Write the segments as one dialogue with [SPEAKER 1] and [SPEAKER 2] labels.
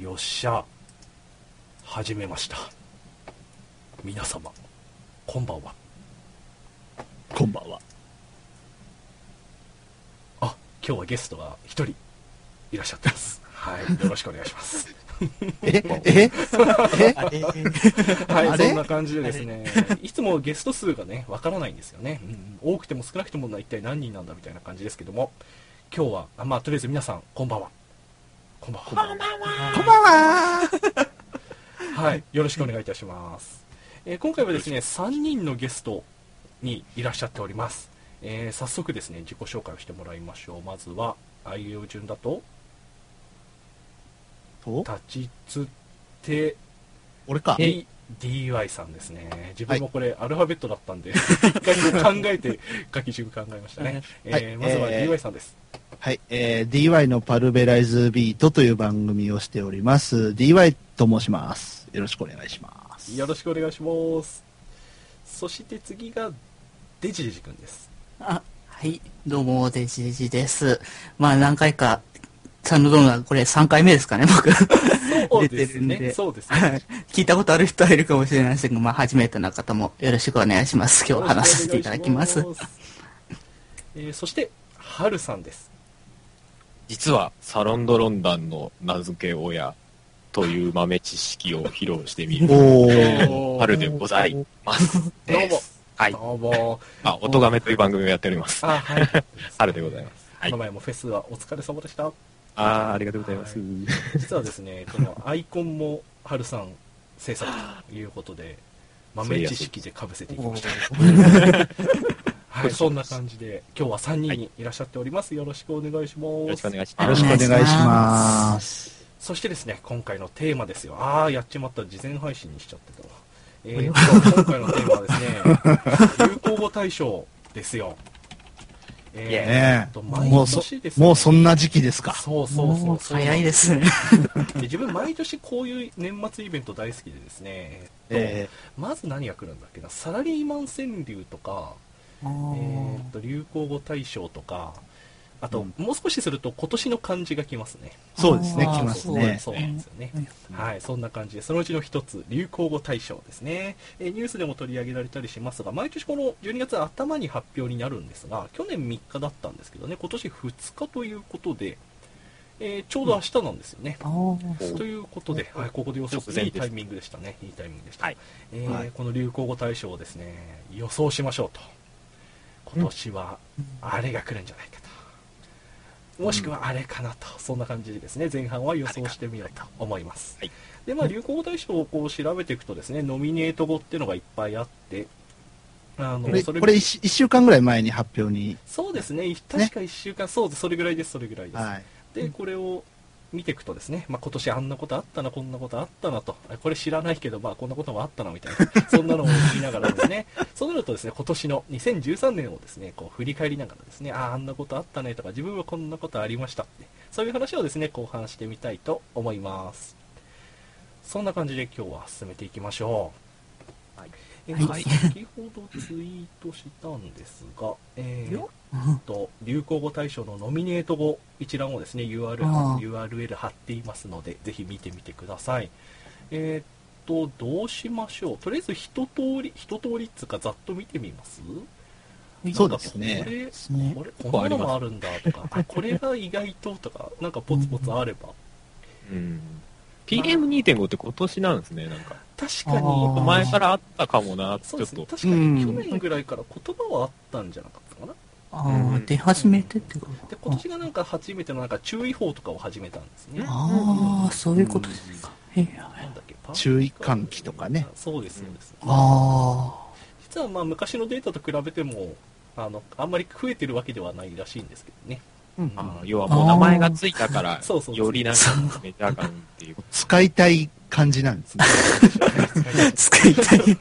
[SPEAKER 1] よっしゃ始めました皆様こんばんは
[SPEAKER 2] こんばんは。
[SPEAKER 1] あ今日はゲストが一人いらっしゃってますはいよろしくお願いします
[SPEAKER 2] ええ
[SPEAKER 3] あええ
[SPEAKER 1] はい
[SPEAKER 2] あれ
[SPEAKER 1] そんな感じでですねいつもゲスト数がねわからないんですよね、うん多くても少なくても一体何人なんだみたいな感じですけども今日はあまあとりあえず皆さんこんばんはこんばんは
[SPEAKER 2] こんばんは
[SPEAKER 1] はい、よろしくお願いいたします。えー今回はですね、3人のゲストにいらっしゃっております。えー早速ですね、自己紹介をしてもらいましょう。まずは、あいう順だと、
[SPEAKER 2] と
[SPEAKER 1] 立ちつて、
[SPEAKER 2] 俺か。
[SPEAKER 1] D、DY さんですね。自分もこれ、アルファベットだったんで、一回こう考えて、書き順考えましたね。え
[SPEAKER 2] はい
[SPEAKER 1] ーまずは
[SPEAKER 2] えー
[SPEAKER 1] DY さんです。
[SPEAKER 2] はい、えー、DY のパルベライズビートという番組をしております。DY と申します。よろしくお願いします。
[SPEAKER 1] よろしくお願いします。そして次が、デジデジ君です。
[SPEAKER 3] あはい、どうも、デジデジです。まあ、何回か、サンドドームがこれ3回目ですかね、僕。
[SPEAKER 1] そう
[SPEAKER 3] 出て
[SPEAKER 1] です
[SPEAKER 3] るんで
[SPEAKER 1] ね。そうですね。
[SPEAKER 3] はい聞いたことある人はいるかもしれないですけど、まあ、初めての方もよろしくお願いします。今日話させていただきます。
[SPEAKER 1] よろしくお願いします。えーそして、はるさんです。
[SPEAKER 4] 実はサロンドロンダンの名付け親という豆知識を披露してみる
[SPEAKER 2] おー。
[SPEAKER 1] おー
[SPEAKER 4] 春でございます。
[SPEAKER 1] どうも。
[SPEAKER 4] はい。
[SPEAKER 1] どうも。
[SPEAKER 4] あ、音がめという番組をやっております。
[SPEAKER 1] あ、はい。
[SPEAKER 4] 春でございます。はい
[SPEAKER 1] この前もフェスはお疲れ様でした。
[SPEAKER 4] ああ、ありがとうございます。
[SPEAKER 1] は実はですね、このアイコンもはるさん制作ということで、豆知識で被せていきました。はい、そんな感じで、今日は3人にいらっしゃっております。よろしくお願いします。
[SPEAKER 4] よろしくお願いし
[SPEAKER 2] よ
[SPEAKER 4] ま
[SPEAKER 2] ろし
[SPEAKER 4] す
[SPEAKER 2] くお。願いします。
[SPEAKER 1] そしてですね、今回のテーマですよ。ああ、やっちまった。事前配信にしちゃってたわ。えー、今回のテーマはですね、流行語大賞ですよ。え
[SPEAKER 2] ね
[SPEAKER 1] ー、
[SPEAKER 2] え
[SPEAKER 1] と毎
[SPEAKER 2] もうそ
[SPEAKER 1] 年です、ね、
[SPEAKER 2] もうそんな時期ですか。
[SPEAKER 1] そうそうそ
[SPEAKER 3] も
[SPEAKER 1] う
[SPEAKER 3] う
[SPEAKER 1] そう。
[SPEAKER 3] 早いですね。
[SPEAKER 1] で自分毎年こういう年末イベント大好きでですね、えーっと
[SPEAKER 2] え
[SPEAKER 1] まず何が来るんだっけな、サラリーマン川柳とか、えーっと流行語大賞とか、あと、
[SPEAKER 2] うん
[SPEAKER 1] もう少しすると今年の漢字が来ますね。
[SPEAKER 2] ー、そうですね、
[SPEAKER 3] あー
[SPEAKER 2] 来ますね。
[SPEAKER 1] そうそうなんですよね。はい、そんな感じで、そのうちの一つ、流行語大賞ですね。えーニュースでも取り上げられたりしますが、毎年この12月頭に発表になるんですが、去年3日だったんですけどね、今年2日ということで、えーちょうど明日なんですよね。ということで、はい、ここで予想
[SPEAKER 4] 直前
[SPEAKER 1] いい
[SPEAKER 4] です
[SPEAKER 1] タイミングでしたね。いいタイミングでした。
[SPEAKER 4] はい
[SPEAKER 1] えー
[SPEAKER 2] はい
[SPEAKER 1] この流行語大賞をですね、予想しましょうと。今年はあれが来るんじゃないかと。もしくはあれかなと。そんな感じでですね、前半は予想してみようと思います。
[SPEAKER 4] はい
[SPEAKER 1] で、まあ、流行語大賞をこう調べていくとですね、ノミネート語っていうのがいっぱいあって、あ
[SPEAKER 2] こ
[SPEAKER 1] の
[SPEAKER 2] れ、
[SPEAKER 1] それ
[SPEAKER 2] これ一一週間ぐらい前に発表に。
[SPEAKER 1] そうですね、確か1週間、そうです、それぐらいです、それぐらいです。
[SPEAKER 2] はい。
[SPEAKER 1] でこれを見ていくとですね、まあ、今年あんなことあったなこんなことあったなとあこれ知らないけど、まあ、こんなこともあったなみたいなそんなのを見ながらですねそうなるとですね今年の2013年をですねこう振り返りながらですねあーあんなことあったねとか自分はこんなことありましたってそういう話をですね後半してみたいと思いますそんな感じで今日は進めていきましょう
[SPEAKER 4] はい
[SPEAKER 1] え
[SPEAKER 3] はい
[SPEAKER 1] 先ほどツイートしたんですが、えー、と流行語大賞のノミネート語一覧をですね URL,
[SPEAKER 3] ああ
[SPEAKER 1] URL 貼っていますのでぜひ見てみてくださいえーっとどうしましょうとりあえず一通り一通りっつうかざっと見てみます
[SPEAKER 2] そうですね
[SPEAKER 1] なんかこれ
[SPEAKER 3] ね
[SPEAKER 1] これこんなのもあるんだとかあこれが意外ととかなんかポツポツあれば
[SPEAKER 4] うん、PM2.5 って今年なんですね、なんか。
[SPEAKER 1] 確か
[SPEAKER 3] あー
[SPEAKER 1] に
[SPEAKER 4] 前からあったかもな、ち
[SPEAKER 1] そうで
[SPEAKER 4] ょっ
[SPEAKER 1] すね
[SPEAKER 4] と。
[SPEAKER 1] 確かに去年ぐらいから言葉はあったんじゃなかったかな
[SPEAKER 3] あー出始めてってこと
[SPEAKER 1] で今年がなんか初めてのなんか注意報とかを始めたんですね
[SPEAKER 3] ああ、そういうことですか。へえあ
[SPEAKER 1] なんだっけパー
[SPEAKER 2] 注意喚起とかね
[SPEAKER 1] そうですそうです、
[SPEAKER 3] あ
[SPEAKER 1] 実はまあ昔のデータと比べてもあのあんまり増えてるわけではないらしいんですけどね
[SPEAKER 4] あー要はもう名前がついたから
[SPEAKER 1] そうそう、そう
[SPEAKER 4] よりなんかメジャー感っていう。
[SPEAKER 2] 使いたい感じなんですね。
[SPEAKER 3] ー、使いたい。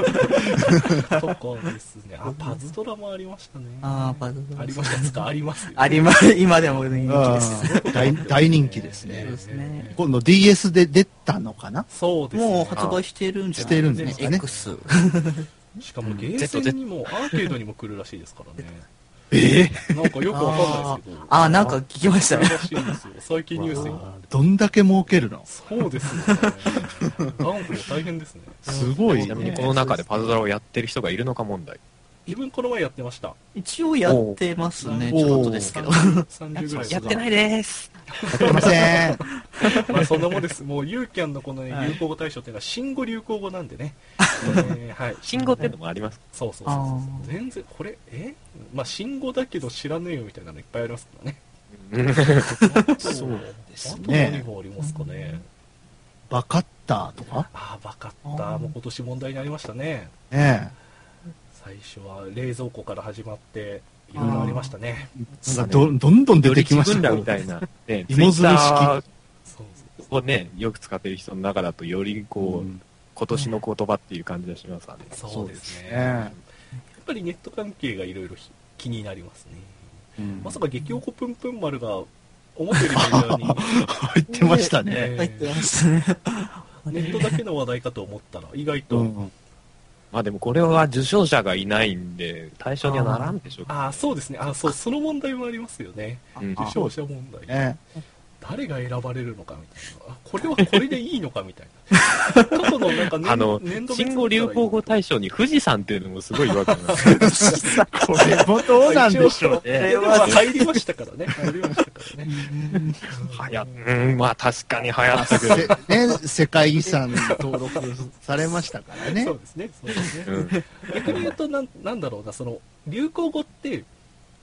[SPEAKER 1] とかですねあパズドラもありましたね
[SPEAKER 3] ああ、バズ
[SPEAKER 1] ありましたっつうかありますよ
[SPEAKER 3] あります。今でも人気です。
[SPEAKER 2] うん大大人気です
[SPEAKER 3] そう
[SPEAKER 2] ね。
[SPEAKER 3] ですね
[SPEAKER 2] 今度 DS で出たのかな
[SPEAKER 1] そうですね
[SPEAKER 3] もう発売してるんじゃない
[SPEAKER 2] してるん
[SPEAKER 1] ですか
[SPEAKER 2] ね
[SPEAKER 3] X。
[SPEAKER 1] しかもゲーセンにもアーケードにも来るらしいですからね
[SPEAKER 2] え
[SPEAKER 1] なんかよくわかんないですけど。
[SPEAKER 3] あーあー、なんか聞きましたね。
[SPEAKER 1] らしいんですよ。最近ニュー スに。
[SPEAKER 2] どんだけ儲けるの
[SPEAKER 1] そうですね。なんか大変ですね。
[SPEAKER 2] すごい、ね。
[SPEAKER 4] ちなみにこの中でパズドラをやってる人がいるのか問題。
[SPEAKER 1] 自分この前やってました。
[SPEAKER 3] 一応やってますね。
[SPEAKER 2] おー
[SPEAKER 3] ちょっとですけど。
[SPEAKER 1] 30ぐらい。
[SPEAKER 2] やってないいです。やってません。
[SPEAKER 1] まあそんなもんです。もうユーキャンのこのね、流行語大賞っていうのは新語流行語なんでね。えーはい。
[SPEAKER 4] 信号ってのもあります。
[SPEAKER 1] そうそうそうそう
[SPEAKER 3] あー
[SPEAKER 1] 全然これえまあ新語だけど知らねえよみたいなのいっぱいありますからね。
[SPEAKER 2] そうです
[SPEAKER 1] あと何
[SPEAKER 2] ね
[SPEAKER 1] がありますかね。
[SPEAKER 2] バカッターとか
[SPEAKER 1] ああバカッターもう今年問題になりましたね。
[SPEAKER 2] ね
[SPEAKER 1] 最初は冷蔵庫から始まっていろいろありましたね。
[SPEAKER 2] え。なんかど、どんどん出てきました
[SPEAKER 4] より自分らみたいな。ね、
[SPEAKER 2] 芋づる式
[SPEAKER 4] Twitter
[SPEAKER 1] そうそう
[SPEAKER 4] をね、よく使ってる人の中だと、よりこう、今年の言葉っていう感じがしますわね。
[SPEAKER 1] そうですね。
[SPEAKER 2] そうですね
[SPEAKER 1] やっぱりネット関係がいろいろひ気になりますね。
[SPEAKER 2] うん
[SPEAKER 1] まさか激おこぷんぷん丸が思ったよりメジャ ーに、
[SPEAKER 2] 入ってましたね。
[SPEAKER 1] えー
[SPEAKER 3] 入ってましたね。
[SPEAKER 1] ネットだけの話題かと思ったら、意外と、
[SPEAKER 2] うん
[SPEAKER 4] まあでもこれは受賞者がいないんで、対象にはならんでしょうけど
[SPEAKER 1] ああ、そうですね。ああ、そう、その問題もありますよね。
[SPEAKER 4] うん
[SPEAKER 1] 受賞者問題。
[SPEAKER 2] ね
[SPEAKER 1] 誰が選ばれるのかみたいな。あこれはこれでいいのかみたい な。過去のなんか年
[SPEAKER 4] あの
[SPEAKER 1] 年、度別だったらいい
[SPEAKER 4] 新語・流行語大賞に富士山っていうのもすごい違和感があ る
[SPEAKER 2] これもどうなんでしょうね。
[SPEAKER 1] いやでもまあ入りましたからね。入りましたからね。
[SPEAKER 4] はや、うん、まあ確かに流行ったけど。
[SPEAKER 2] せ ね、世界遺産登録されましたからね
[SPEAKER 1] そ。うですね。そうですね。
[SPEAKER 4] うん
[SPEAKER 1] 逆に言うとなん、なんだろうな、その、流行語って、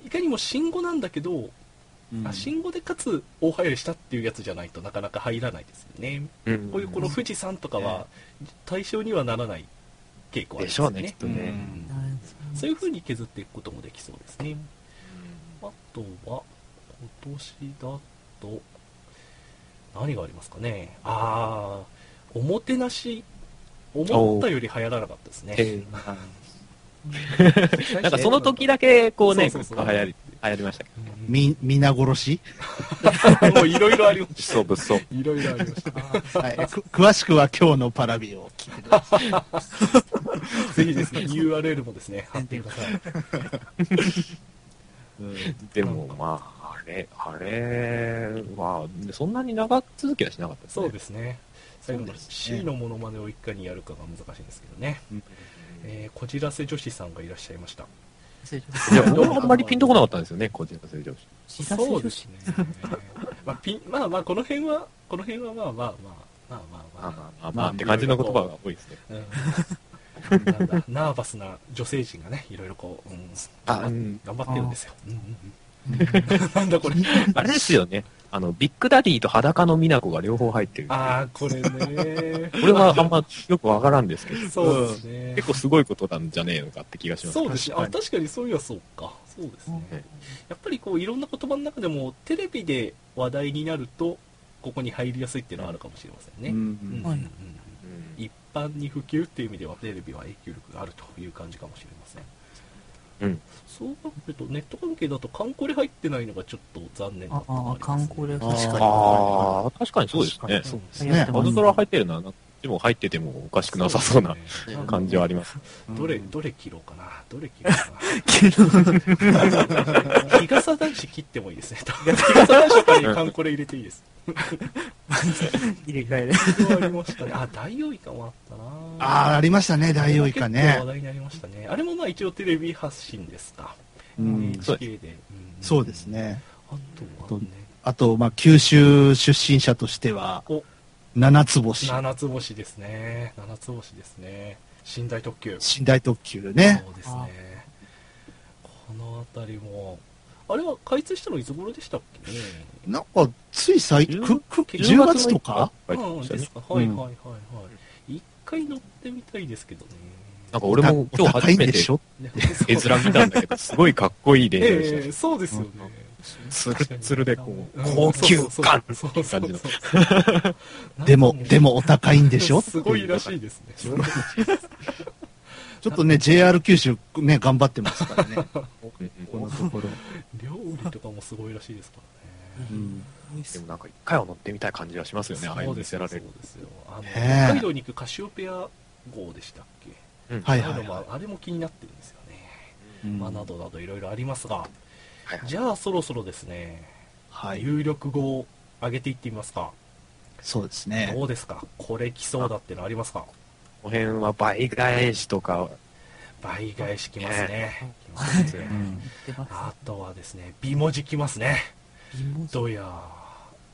[SPEAKER 1] いかにも新語なんだけど、
[SPEAKER 2] うん
[SPEAKER 1] あ新語でかつ大流行りしたっていうやつじゃないとなかなか入らないですよね。
[SPEAKER 4] うん
[SPEAKER 1] こういうこの富士山とかは対象にはならない傾向あり
[SPEAKER 4] で
[SPEAKER 1] ま
[SPEAKER 4] しょ
[SPEAKER 1] す
[SPEAKER 4] うね、きっ
[SPEAKER 1] ね。
[SPEAKER 4] とね。
[SPEAKER 1] うんそういう風に削っていくこともできそうですね。あとは、今年だと、何がありますかね。あー、おもてなし、思ったより流行らなかったですね。
[SPEAKER 4] えーなんかその時だけ、こうね、
[SPEAKER 1] そうそうそう
[SPEAKER 4] 流行り、流行りましたけ
[SPEAKER 1] うん
[SPEAKER 2] み、皆殺し
[SPEAKER 1] もういろいろありま
[SPEAKER 4] ど。
[SPEAKER 1] し
[SPEAKER 4] そう、物騒。
[SPEAKER 1] た。いろいろありま した。
[SPEAKER 2] はい。く詳しくは今日のパラビを聞いてくださ
[SPEAKER 1] ぜひですね、URL もですね、貼ってください。
[SPEAKER 2] い。うん
[SPEAKER 4] でも、まあ、あれ、あれは、そんなに長続きはしなかったですね。
[SPEAKER 1] そうですね。最後の
[SPEAKER 2] そうですね
[SPEAKER 1] C のモノマネをいかにやるかが難しいんですけどね。えーこじらせ女子さんがいらっしゃいました。
[SPEAKER 4] いや、僕もあんまりピンとこなかったんですよね、個人の成長し。
[SPEAKER 1] そうですね。まあ、ピン、 まあまあ、この辺は、この辺はまあまあまあ、まあま
[SPEAKER 4] まあ
[SPEAKER 1] あま
[SPEAKER 4] まあまあまあって感じの言葉が多いですね。
[SPEAKER 1] あ。うんなんだ、ナーバスな女性陣がね、いろいろこう、うん、
[SPEAKER 4] あ、うん、
[SPEAKER 1] 頑張ってるんですよ。うんうんうん なんだこれ。
[SPEAKER 4] あれですよね。あの、ビッグダディと裸の美奈子が両方入ってる。こ
[SPEAKER 1] ああ、これね。
[SPEAKER 4] れはあんまよくわからんですけど、
[SPEAKER 1] そうですね。
[SPEAKER 4] 結構すごいことなんじゃねえのかって気がします。
[SPEAKER 1] そうですね。あ、
[SPEAKER 2] 確か
[SPEAKER 1] 確かにそういやそうか。そうですね。やっぱりこう、いろんな言葉の中でも、テレビで話題になると、ここに入りやすいっていうのはあるかもしれませんね。うんうんうん
[SPEAKER 3] はい
[SPEAKER 4] うん
[SPEAKER 1] 一般に普及っていう意味ではテレビは影響力があるという感じかもしれません。
[SPEAKER 4] うん。
[SPEAKER 1] そう考えると、ネット関係だと、観光で入ってないのがちょっと残念だったの
[SPEAKER 3] あ
[SPEAKER 1] は
[SPEAKER 3] あ、観光で
[SPEAKER 1] ありますね
[SPEAKER 3] 確かに。
[SPEAKER 4] ああ、確かにそうですね。
[SPEAKER 1] そうです
[SPEAKER 2] に
[SPEAKER 3] やっ
[SPEAKER 2] ね
[SPEAKER 3] て
[SPEAKER 4] パ
[SPEAKER 3] ます
[SPEAKER 4] ズドラ入ってるのは、でも入っててもおかしくなさそうな
[SPEAKER 1] そうですね
[SPEAKER 4] 感じはあります。
[SPEAKER 1] どれ、どれ切ろうかな。どれ切ろうかな。
[SPEAKER 3] けど、
[SPEAKER 1] 日傘男子切ってもいいですね。日傘男子にカンコレ入れていいです。
[SPEAKER 3] 入れ替えで。
[SPEAKER 1] それはありましたね。あ、大王イカもあったな
[SPEAKER 2] ああ、ありましたね、大王イ
[SPEAKER 1] 結構
[SPEAKER 2] カね
[SPEAKER 1] 話。題になりましたね。あれもまあ一応テレビ発信ですか。
[SPEAKER 2] うん、
[SPEAKER 1] NHK で。ん
[SPEAKER 2] そうです。ね。
[SPEAKER 1] あとはね、
[SPEAKER 2] あと、まあ、九州出身者としては
[SPEAKER 1] お、
[SPEAKER 2] 七つ星、
[SPEAKER 1] 七つ星ですね。七つ星ですね。寝台特急。
[SPEAKER 2] 寝台特急ね
[SPEAKER 1] そ。うですね。このあたりも、あれは開通したのいつ頃でしたっけね。
[SPEAKER 2] なんか、つい最、
[SPEAKER 4] 10
[SPEAKER 2] くく10月とか
[SPEAKER 4] 入って
[SPEAKER 1] うん
[SPEAKER 4] ました
[SPEAKER 1] で
[SPEAKER 4] ね
[SPEAKER 1] す。か。はいは
[SPEAKER 2] う
[SPEAKER 1] い
[SPEAKER 2] ん
[SPEAKER 1] はいはい。一回乗ってみたいですけどね。
[SPEAKER 4] なんか俺も今日初めて
[SPEAKER 2] しょ
[SPEAKER 1] ね
[SPEAKER 4] 絵面見たんだけど、すごいかっこいい電車でした
[SPEAKER 1] ええそうですよね。
[SPEAKER 4] ツルツルでこう、
[SPEAKER 1] うん
[SPEAKER 4] 高級感って
[SPEAKER 1] そう
[SPEAKER 4] いう感じの。
[SPEAKER 1] そうそうそう
[SPEAKER 2] でも、でもお高いんでしょ
[SPEAKER 1] すごいらしいですね。
[SPEAKER 2] ちょっとね、JR 九州ね、頑張ってますからね。
[SPEAKER 4] うん
[SPEAKER 2] このところ。
[SPEAKER 1] 料理とかもすごいらしいですから
[SPEAKER 2] う
[SPEAKER 1] ね。
[SPEAKER 2] ん
[SPEAKER 4] でもなんか一回は乗ってみたい感じがしますよね、ああい
[SPEAKER 1] そ
[SPEAKER 4] うの
[SPEAKER 1] うで
[SPEAKER 4] 見
[SPEAKER 1] す
[SPEAKER 4] せ
[SPEAKER 1] よ
[SPEAKER 4] られる
[SPEAKER 1] そう。ですよ。あの、
[SPEAKER 2] ねえ
[SPEAKER 1] 北海道に行くカシオペア号でしたっけ
[SPEAKER 4] うん
[SPEAKER 2] はい
[SPEAKER 1] あ
[SPEAKER 2] は
[SPEAKER 1] あい
[SPEAKER 2] いう
[SPEAKER 1] のも
[SPEAKER 2] は
[SPEAKER 1] あれも気になってるんですよね。
[SPEAKER 4] う
[SPEAKER 2] うん
[SPEAKER 1] まあ、などなどいろいろありますが、
[SPEAKER 4] はいはい
[SPEAKER 1] じゃあそろそろですね、
[SPEAKER 2] はい。
[SPEAKER 1] 有力語を上げていってみますか。
[SPEAKER 2] そうですね
[SPEAKER 1] ど。うですかこれ来そうだってのありますか
[SPEAKER 4] この辺は倍返しとか、
[SPEAKER 1] 倍返しきますね。来ま
[SPEAKER 3] い
[SPEAKER 1] す
[SPEAKER 2] う
[SPEAKER 1] ね
[SPEAKER 2] ん。
[SPEAKER 3] 出ます
[SPEAKER 1] あとはですね、美文字きますね。
[SPEAKER 3] 美文字
[SPEAKER 1] どや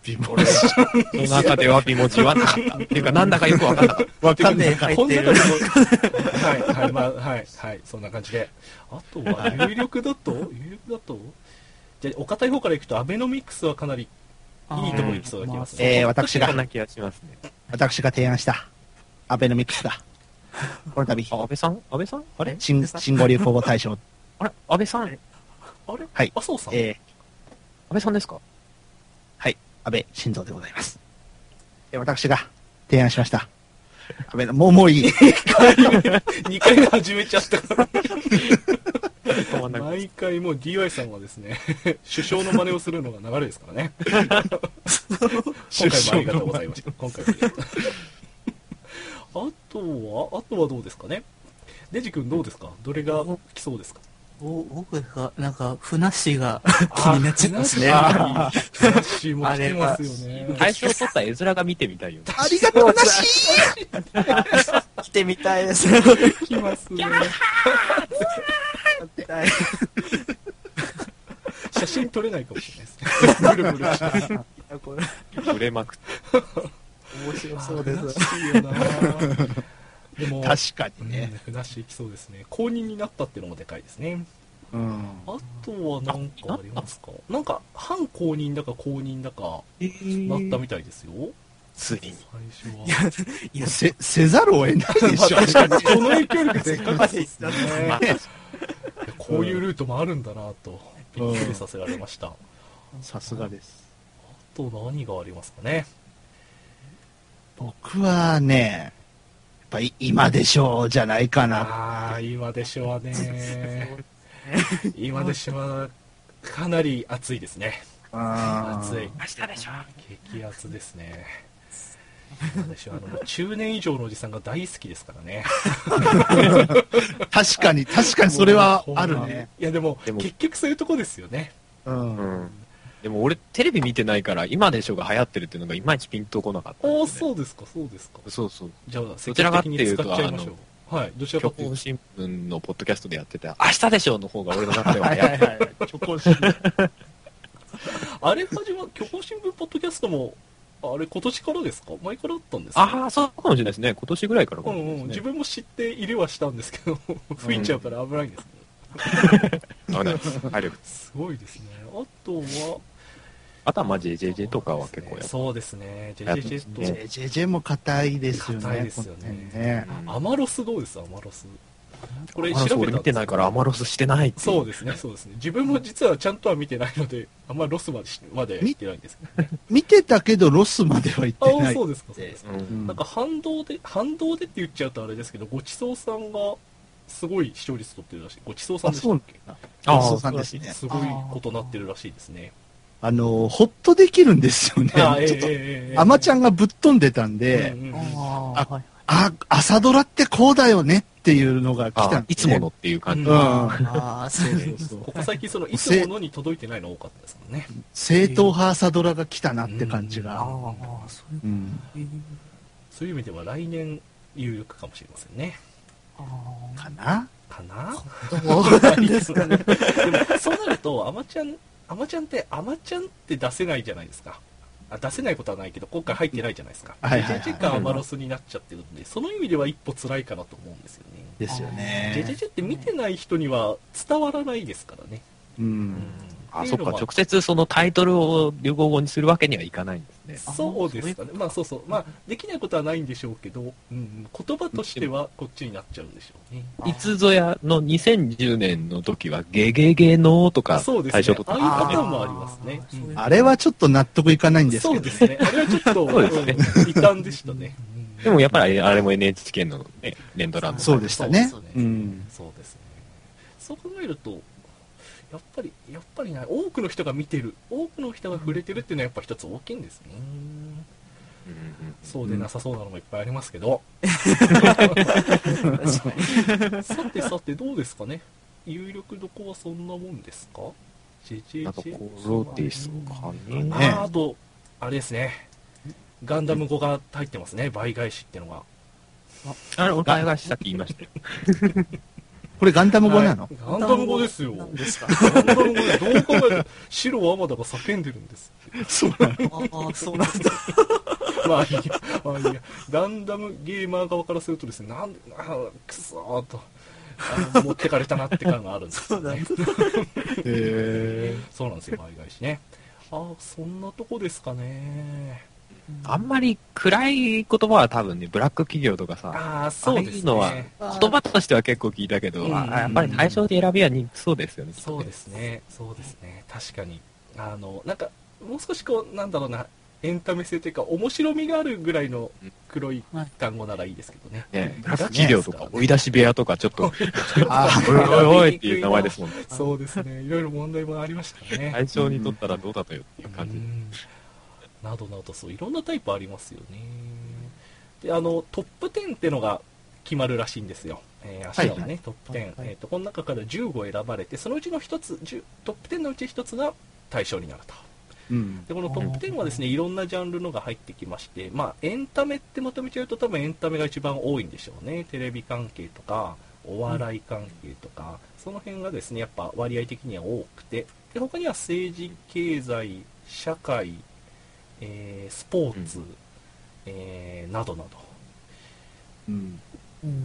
[SPEAKER 2] 微
[SPEAKER 1] こ
[SPEAKER 2] 妙
[SPEAKER 1] れ、
[SPEAKER 4] その中では美文字はなかった。っていうか、なんだかよくわかんなかっ
[SPEAKER 2] わかん
[SPEAKER 3] ね
[SPEAKER 2] ね
[SPEAKER 3] え
[SPEAKER 2] えから。
[SPEAKER 1] こんな
[SPEAKER 3] 入ってる
[SPEAKER 1] はい、はい、まあ、はい、はい、そんな感じで。あとは、 有力だと有力だとじゃあ、お堅い方からいくと、アベノミクスはかなりいいとこ行きそうな気がする
[SPEAKER 3] あー
[SPEAKER 2] えー、
[SPEAKER 4] た。
[SPEAKER 2] 私が
[SPEAKER 4] そん、な気がしますね。
[SPEAKER 2] 私が提案した、アベノミクスだ。この度、
[SPEAKER 4] あ、安倍さん安倍さんあれ
[SPEAKER 2] 新、新語・流行語大賞、
[SPEAKER 4] あれ安倍さん安
[SPEAKER 1] あれ
[SPEAKER 2] はい
[SPEAKER 1] 麻生さん、
[SPEAKER 2] えー、
[SPEAKER 4] 倍さんですか
[SPEAKER 2] 安倍晋三でございます。えー私が提案しました。安倍の、もう、もう いい。
[SPEAKER 1] 2回目始めちゃ ったから。
[SPEAKER 4] 止まんなくて
[SPEAKER 1] 毎回もう DY さんはですね、首相の真似をするのが流れですからね。今回もありがとうございました。 今回もありがとうあとは、あとはどうですかねデジ君どうですかどれが来そうですか
[SPEAKER 3] お僕が、なんか、ふなっしーが気になっちゃいますね。
[SPEAKER 1] あーふなっしーも来てますよね。
[SPEAKER 4] 最初取った絵面が見てみたいよね。
[SPEAKER 2] ありがとうなし
[SPEAKER 3] 来てみたいです。
[SPEAKER 1] 来ますね。 写真撮れないかもしれないですね。ぐるぐるして。
[SPEAKER 3] これ、
[SPEAKER 4] 売れまくって。
[SPEAKER 3] 面白そうです。
[SPEAKER 1] ふなっしーよなでも、
[SPEAKER 2] 確かに
[SPEAKER 1] ね
[SPEAKER 2] ね。、
[SPEAKER 1] ふなっしー行きそうですね。公認になったっていうのもでかいですね。
[SPEAKER 2] うん。
[SPEAKER 1] あとはなんかありますかなんか、反公認だか公認だか、なったみたいですよ。
[SPEAKER 4] ついに。
[SPEAKER 1] 最初は。
[SPEAKER 3] いや、
[SPEAKER 2] せ、せざるを得ないで
[SPEAKER 1] まあ
[SPEAKER 2] しょ。
[SPEAKER 1] 確かに、この影響力でっかくですね。
[SPEAKER 4] まあ、
[SPEAKER 1] こういうルートもあるんだなと、びっくりさせられました。あ
[SPEAKER 2] さすがです。
[SPEAKER 1] と何がありますかね。
[SPEAKER 2] 僕はね、やっぱり今でしょうじゃないかな。
[SPEAKER 1] ああ、今でしょはね。 今でしょは、かなり熱いですね。
[SPEAKER 2] あー
[SPEAKER 1] 熱い。
[SPEAKER 4] 明日でしょ
[SPEAKER 1] 激熱ですね。今でしょあの、中年以上のおじさんが大好きですからね。
[SPEAKER 2] 確かに、確かにそれはあるね。。
[SPEAKER 1] いやでも、
[SPEAKER 4] でも
[SPEAKER 1] 結局そういうとこですよね。
[SPEAKER 2] う。
[SPEAKER 4] うんん。でも俺、テレビ見てないから、今でしょが流行ってるっていうのがいまいちピンとこなかったんだよね、
[SPEAKER 1] おーそうですか、そうですか。
[SPEAKER 4] そうそう。
[SPEAKER 1] じゃあ、
[SPEAKER 4] どちらかっていうと
[SPEAKER 1] 積極的に使っちゃいましょう。はい、どちらか
[SPEAKER 4] 虚
[SPEAKER 1] っていう
[SPEAKER 4] 構
[SPEAKER 1] と。
[SPEAKER 4] 新聞のポッドキャストでやってた、明日でしょの方が俺の中 では流行ってる。
[SPEAKER 2] はい。 チョコシ
[SPEAKER 1] あれ始ま、虚構新聞ポッドキャストも、あれ今年からですか前からあったんですか
[SPEAKER 4] ああ、そうかもしれないですね。今年ぐらいからか
[SPEAKER 1] う
[SPEAKER 4] もしれ
[SPEAKER 1] ん
[SPEAKER 4] な
[SPEAKER 1] うん、
[SPEAKER 4] い
[SPEAKER 1] 自
[SPEAKER 4] ですね。
[SPEAKER 1] 分も知っていれはしたんですけど、吹いちゃうから危ないんですけど、
[SPEAKER 4] 危ないです。体力。
[SPEAKER 1] すごいですね。あとは、
[SPEAKER 4] あとはまあ JJJ とかは結構やっ
[SPEAKER 1] そうですね、
[SPEAKER 4] やっぱ
[SPEAKER 1] JJJ と、
[SPEAKER 2] JJ も硬いですよね。
[SPEAKER 1] 硬いですよね
[SPEAKER 2] この辺ね
[SPEAKER 1] アマロスどうです、アマロス。こ
[SPEAKER 4] こ
[SPEAKER 1] れ
[SPEAKER 4] れ
[SPEAKER 1] 調べたんです
[SPEAKER 4] 俺見てないからアマロスしてないってい
[SPEAKER 1] そうですね、そうですね。自分も実はちゃんとは見てないので、あんまロスまでしまで行ってないんですけど。
[SPEAKER 2] 見てたけどロスまでは行って
[SPEAKER 1] あ
[SPEAKER 2] な
[SPEAKER 1] あ、
[SPEAKER 2] い
[SPEAKER 1] そ。うですか、そうですか。
[SPEAKER 4] う。
[SPEAKER 2] うんん
[SPEAKER 1] なんか反動で、反動でって言っちゃうとあれですけど、ごちそうさんが、すごい視聴率取ってるらしい。ごちそうさん
[SPEAKER 2] あ、
[SPEAKER 1] でした
[SPEAKER 2] そ
[SPEAKER 1] っ
[SPEAKER 2] う
[SPEAKER 1] け
[SPEAKER 2] なんだ。
[SPEAKER 4] あ
[SPEAKER 2] あ
[SPEAKER 4] ー
[SPEAKER 2] そうなんですね。
[SPEAKER 1] すごいことになってるらしいですね。
[SPEAKER 2] あの、ほっとできるんですよね。ちょ
[SPEAKER 1] あーええ
[SPEAKER 2] っと、
[SPEAKER 1] ええ
[SPEAKER 2] アマちゃんがぶっ飛んでたんで、
[SPEAKER 1] うんうんうん
[SPEAKER 3] あーはい
[SPEAKER 2] あ、朝ドラってこうだよねっていうのが来
[SPEAKER 4] あ
[SPEAKER 2] た
[SPEAKER 4] ー
[SPEAKER 2] んで
[SPEAKER 4] いつものっていう感じ。
[SPEAKER 1] うん
[SPEAKER 2] うん。
[SPEAKER 3] あー、そう
[SPEAKER 2] そうそう
[SPEAKER 1] ここ最近、その、いつものに届いてないの多かったですもんね。
[SPEAKER 2] 正統派朝ドラが来たなって感じ
[SPEAKER 3] あ
[SPEAKER 2] が。
[SPEAKER 3] ー、そういう
[SPEAKER 2] うん。
[SPEAKER 1] そういう意味では来年有力かもしれませんね。
[SPEAKER 3] あ
[SPEAKER 2] かな
[SPEAKER 1] かな
[SPEAKER 3] ーどうなんですかね。
[SPEAKER 1] でもそうなると、アマちゃん、アマちゃんって、アマちゃんって出せないじゃないですか。あ出せないことはないけど、今回入ってないじゃないですか。
[SPEAKER 2] はいはいはい
[SPEAKER 1] JJ かアマロスになっちゃってるんで、その意味では一歩辛いかなと思うんですよね。
[SPEAKER 2] ですよね。
[SPEAKER 1] JJ って見てない人には伝わらないですからね。
[SPEAKER 2] う。
[SPEAKER 1] うん
[SPEAKER 4] あ、そっか。
[SPEAKER 1] ていうのは
[SPEAKER 4] 直接そのタイトルを流行語にするわけにはいかないんですね。
[SPEAKER 1] そうですかね。まあそうそう。まあ、できないことはないんでしょうけど、うん、言葉としてはこっちになっちゃうんでしょうね。
[SPEAKER 3] あー
[SPEAKER 4] いつぞやの2010年の時は、ゲゲゲのとか、
[SPEAKER 1] そう
[SPEAKER 4] 最
[SPEAKER 1] ですね
[SPEAKER 4] 初とったんです
[SPEAKER 1] あ
[SPEAKER 4] か
[SPEAKER 1] あい
[SPEAKER 4] ね
[SPEAKER 1] うパターンもありますね
[SPEAKER 3] ーそういう
[SPEAKER 2] あれはちょっと納得いかないんです
[SPEAKER 1] そ
[SPEAKER 2] け
[SPEAKER 1] う
[SPEAKER 2] ど
[SPEAKER 1] で
[SPEAKER 2] ね。
[SPEAKER 1] すね。あれはちょっと、
[SPEAKER 4] そうですね
[SPEAKER 1] うん異端でしたね。
[SPEAKER 4] でもやっぱりあれも NHK のね、連ドラの。
[SPEAKER 2] そうでしたね
[SPEAKER 1] そうです。
[SPEAKER 2] う
[SPEAKER 1] ね
[SPEAKER 2] ん。
[SPEAKER 1] そうですね。そう考えると、やっぱり、やっぱりな、多くの人が見てる、多くの人が触れてるっていうのはやっぱ一つ大きいんですね。
[SPEAKER 4] うんうん
[SPEAKER 1] そうでなさそうなのもいっぱいありますけど。
[SPEAKER 3] 確かに
[SPEAKER 1] さてさて、どうですかね。有力どこはそんなもんですか
[SPEAKER 4] なんか構造ですかね。
[SPEAKER 2] ね
[SPEAKER 1] ああと、あれですね。ガンダム語が入ってますね、倍返しってのが。
[SPEAKER 4] あれ、お前がさっき言いましたよ。
[SPEAKER 2] これガンダム語なの、
[SPEAKER 1] ガンダム語ですよ。ガ
[SPEAKER 3] なんですか
[SPEAKER 1] ンダム語でどう考えても、白はまだが叫んでるんです。
[SPEAKER 2] そうなの
[SPEAKER 3] ああ、そうなんだ。
[SPEAKER 1] まあいいや、まあいいや。ガンダムゲーマー側からするとですね、なんで、あーくそーと、あー持ってかれたなって感があるんです
[SPEAKER 3] そ
[SPEAKER 1] よ
[SPEAKER 3] うなん
[SPEAKER 1] ね。
[SPEAKER 3] だ。
[SPEAKER 2] へ
[SPEAKER 1] そうなんですよ、倍返しね。ああ、そんなとこですかね。
[SPEAKER 4] あんまり暗い言葉は多分ね、ブラック企業とかさ、
[SPEAKER 1] ああ、そうです
[SPEAKER 4] ああいうのは
[SPEAKER 1] ね。
[SPEAKER 4] 言葉としては結構聞いたけど、
[SPEAKER 1] うん
[SPEAKER 4] あやっぱり対象で選びはにそうですよね。。
[SPEAKER 1] そうですすね、そうですね、確かに。あの、なんか、もう少しこう、なんだろうな、エンタメ性というか、面白みがあるぐらいの黒い単語ならいいですけどね。
[SPEAKER 4] ね、ブラック企業とか、追い出し部屋とか、ちょっ と、
[SPEAKER 2] あ
[SPEAKER 4] おいおいおいっていう名前ですもんね。
[SPEAKER 1] そうですね、いろいろ問題もありましたからね。
[SPEAKER 4] 対象にとったらどうだったよっていう感じ
[SPEAKER 1] う。んなどなど、そう、いろんなタイプありますよね。で、あの、トップ10ってのが決まるらしいんですよ。えー、明日はね、
[SPEAKER 2] は
[SPEAKER 1] トップ10。
[SPEAKER 3] はいはい
[SPEAKER 1] えっ、と、この中から15選ばれて、そのうちの一つ、10トップ10のうち一つが対象になると。
[SPEAKER 2] うん
[SPEAKER 1] でこのトップ10はですねいろんなジャンルのが入ってきまして、まあ、エンタメってまとめちゃうと多分エンタメが一番多いんでしょうねテレビ関係とかお笑い関係とか、その辺がですねやっぱ割合的には多くてで他には政治経済社会、えースポーツ、
[SPEAKER 4] う
[SPEAKER 1] えーなどなど
[SPEAKER 2] うん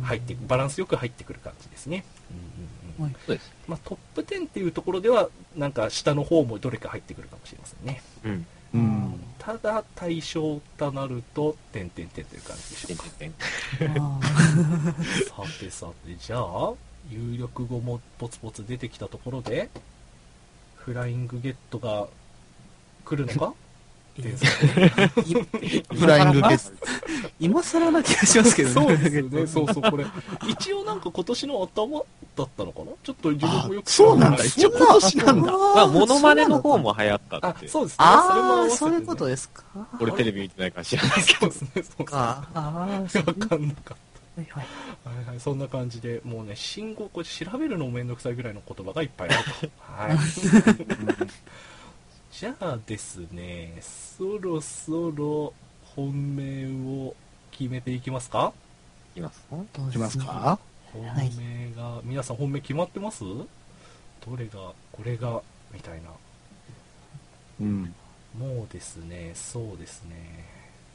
[SPEAKER 1] 入ってバランスよく入ってくる感じですね、うんうんうん
[SPEAKER 3] はい
[SPEAKER 4] そうです。
[SPEAKER 1] まあ、トップ10っていうところではなんか下の方もどれか入ってくるかもしれませんね
[SPEAKER 4] うん。
[SPEAKER 2] うん
[SPEAKER 1] ただ対象となると、点々点という感じでしょ
[SPEAKER 4] て
[SPEAKER 1] うんか
[SPEAKER 4] てん。てん
[SPEAKER 3] あ
[SPEAKER 1] さてさて、じゃあ、有力語もポツポツ出てきたところで、フライングゲットが来るのか
[SPEAKER 3] ー
[SPEAKER 1] で
[SPEAKER 3] い
[SPEAKER 2] フライングゲス
[SPEAKER 3] 今更な気がしますけどね。
[SPEAKER 1] そうですよね、そうそう、これ。一応なんか今年の頭だったのかなちょっと自分もよく
[SPEAKER 2] そうなんだ
[SPEAKER 1] 知
[SPEAKER 2] 一応今年なんだ
[SPEAKER 4] まあ、モノマネの方
[SPEAKER 3] も。
[SPEAKER 4] も流行った
[SPEAKER 1] らない
[SPEAKER 4] っ
[SPEAKER 1] あ、
[SPEAKER 4] て。
[SPEAKER 1] そうですね。れも合
[SPEAKER 3] あ
[SPEAKER 1] わせ
[SPEAKER 3] あ、
[SPEAKER 1] て
[SPEAKER 3] そ
[SPEAKER 1] ね
[SPEAKER 3] ういうことですか。
[SPEAKER 4] 俺テレビ見てないから知らないけ
[SPEAKER 1] そう
[SPEAKER 4] ど
[SPEAKER 1] で。すね、そうですね。
[SPEAKER 3] か。ああ、そう
[SPEAKER 1] わかんなかった。
[SPEAKER 3] はいはい
[SPEAKER 1] はいはい、そんな感じで、もうね、信号、これ調べるのもめんどくさいぐらいの言葉がいっぱいあると。はい。じゃあですね、そろそろ本命を決めていきますか
[SPEAKER 4] いきます
[SPEAKER 3] どう
[SPEAKER 2] 来ますか
[SPEAKER 1] 本
[SPEAKER 3] はい
[SPEAKER 1] 命が、皆さん本命決まってますどれが、これが、みたいな。
[SPEAKER 2] うん
[SPEAKER 1] もうですね、そうですね。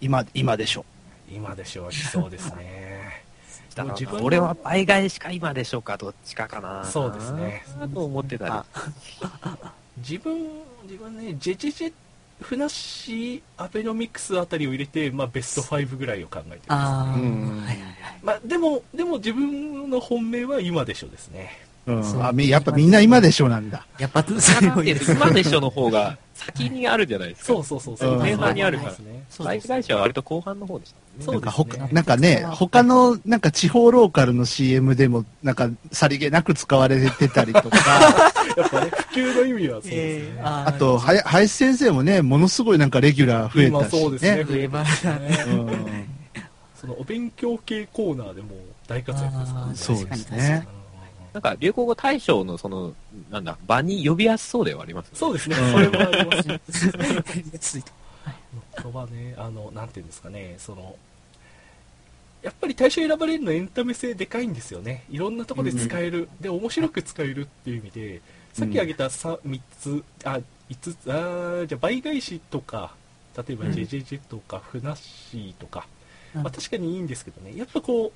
[SPEAKER 2] 今今でしょ
[SPEAKER 1] 今でしょう、来そうですね。
[SPEAKER 4] だから
[SPEAKER 1] 自分の
[SPEAKER 4] 俺は倍返しか今でしょうか、どっちかかな。
[SPEAKER 1] そうですね。
[SPEAKER 4] と思ってた
[SPEAKER 3] あ
[SPEAKER 1] 自分、自分ね、ジェジェジェ、ふなっしー、アベノミクスあたりを入れて、まあ、ベスト5ぐらいを考えてます、
[SPEAKER 3] あー、
[SPEAKER 2] うん
[SPEAKER 3] はいはいはい。
[SPEAKER 1] まあ、でも、でも自分の本命は今でしょですね。
[SPEAKER 2] うんあみやっぱみんな今でしょなんだ
[SPEAKER 3] やっぱ、
[SPEAKER 4] り。だ
[SPEAKER 3] 強
[SPEAKER 4] っ
[SPEAKER 3] い
[SPEAKER 4] て
[SPEAKER 3] です。
[SPEAKER 4] 今でしょの方が先にあるじゃないですか。
[SPEAKER 1] そうそうそうそうう。
[SPEAKER 2] ん
[SPEAKER 1] 前半にある
[SPEAKER 3] はい
[SPEAKER 1] か
[SPEAKER 3] は
[SPEAKER 1] ら
[SPEAKER 3] い
[SPEAKER 1] ですね。
[SPEAKER 3] そう
[SPEAKER 4] 倍
[SPEAKER 3] です
[SPEAKER 4] 返しは割と後半の方でしたもんね。
[SPEAKER 1] そうで
[SPEAKER 2] なん
[SPEAKER 1] すね
[SPEAKER 2] かほかなんかね、他の、なんか地方ローカルの CM でも、なんか、さりげなく使われてたりと か、
[SPEAKER 1] やっぱね、普及の意味はそうです
[SPEAKER 3] え
[SPEAKER 1] ね。
[SPEAKER 3] ー
[SPEAKER 1] あ
[SPEAKER 2] あと、、はや林先生もね、ものすごいなんかレギュラー増えたし、
[SPEAKER 1] 今
[SPEAKER 2] ね。
[SPEAKER 1] そうですね
[SPEAKER 3] ー上原がね。
[SPEAKER 2] うん
[SPEAKER 1] そのお勉強系コーナーでもう大活躍ですから
[SPEAKER 3] あ
[SPEAKER 1] ね。
[SPEAKER 3] ー
[SPEAKER 2] そうです
[SPEAKER 3] 確かに確
[SPEAKER 2] ね
[SPEAKER 3] か。
[SPEAKER 4] なんか流行語大賞のその、なんだ、場に呼びやすそうではありますね。
[SPEAKER 1] そうですね。
[SPEAKER 2] うん
[SPEAKER 1] それもありますね。
[SPEAKER 3] 続いて
[SPEAKER 1] 言葉ね、あの、なんていうんですかね、その、やっぱり対象選ばれるのエンタメ性でかいんですよね。いろんなところで使える、で、面白く使えるっていう意味で、さっき挙げた 3, 3つ、あ、5つ、あーじゃあ倍返しとか、例えば
[SPEAKER 4] うん
[SPEAKER 1] JJJ とか、ふなっしーとか、
[SPEAKER 3] うん
[SPEAKER 1] まあ、確かにいいんですけどね、やっぱこう、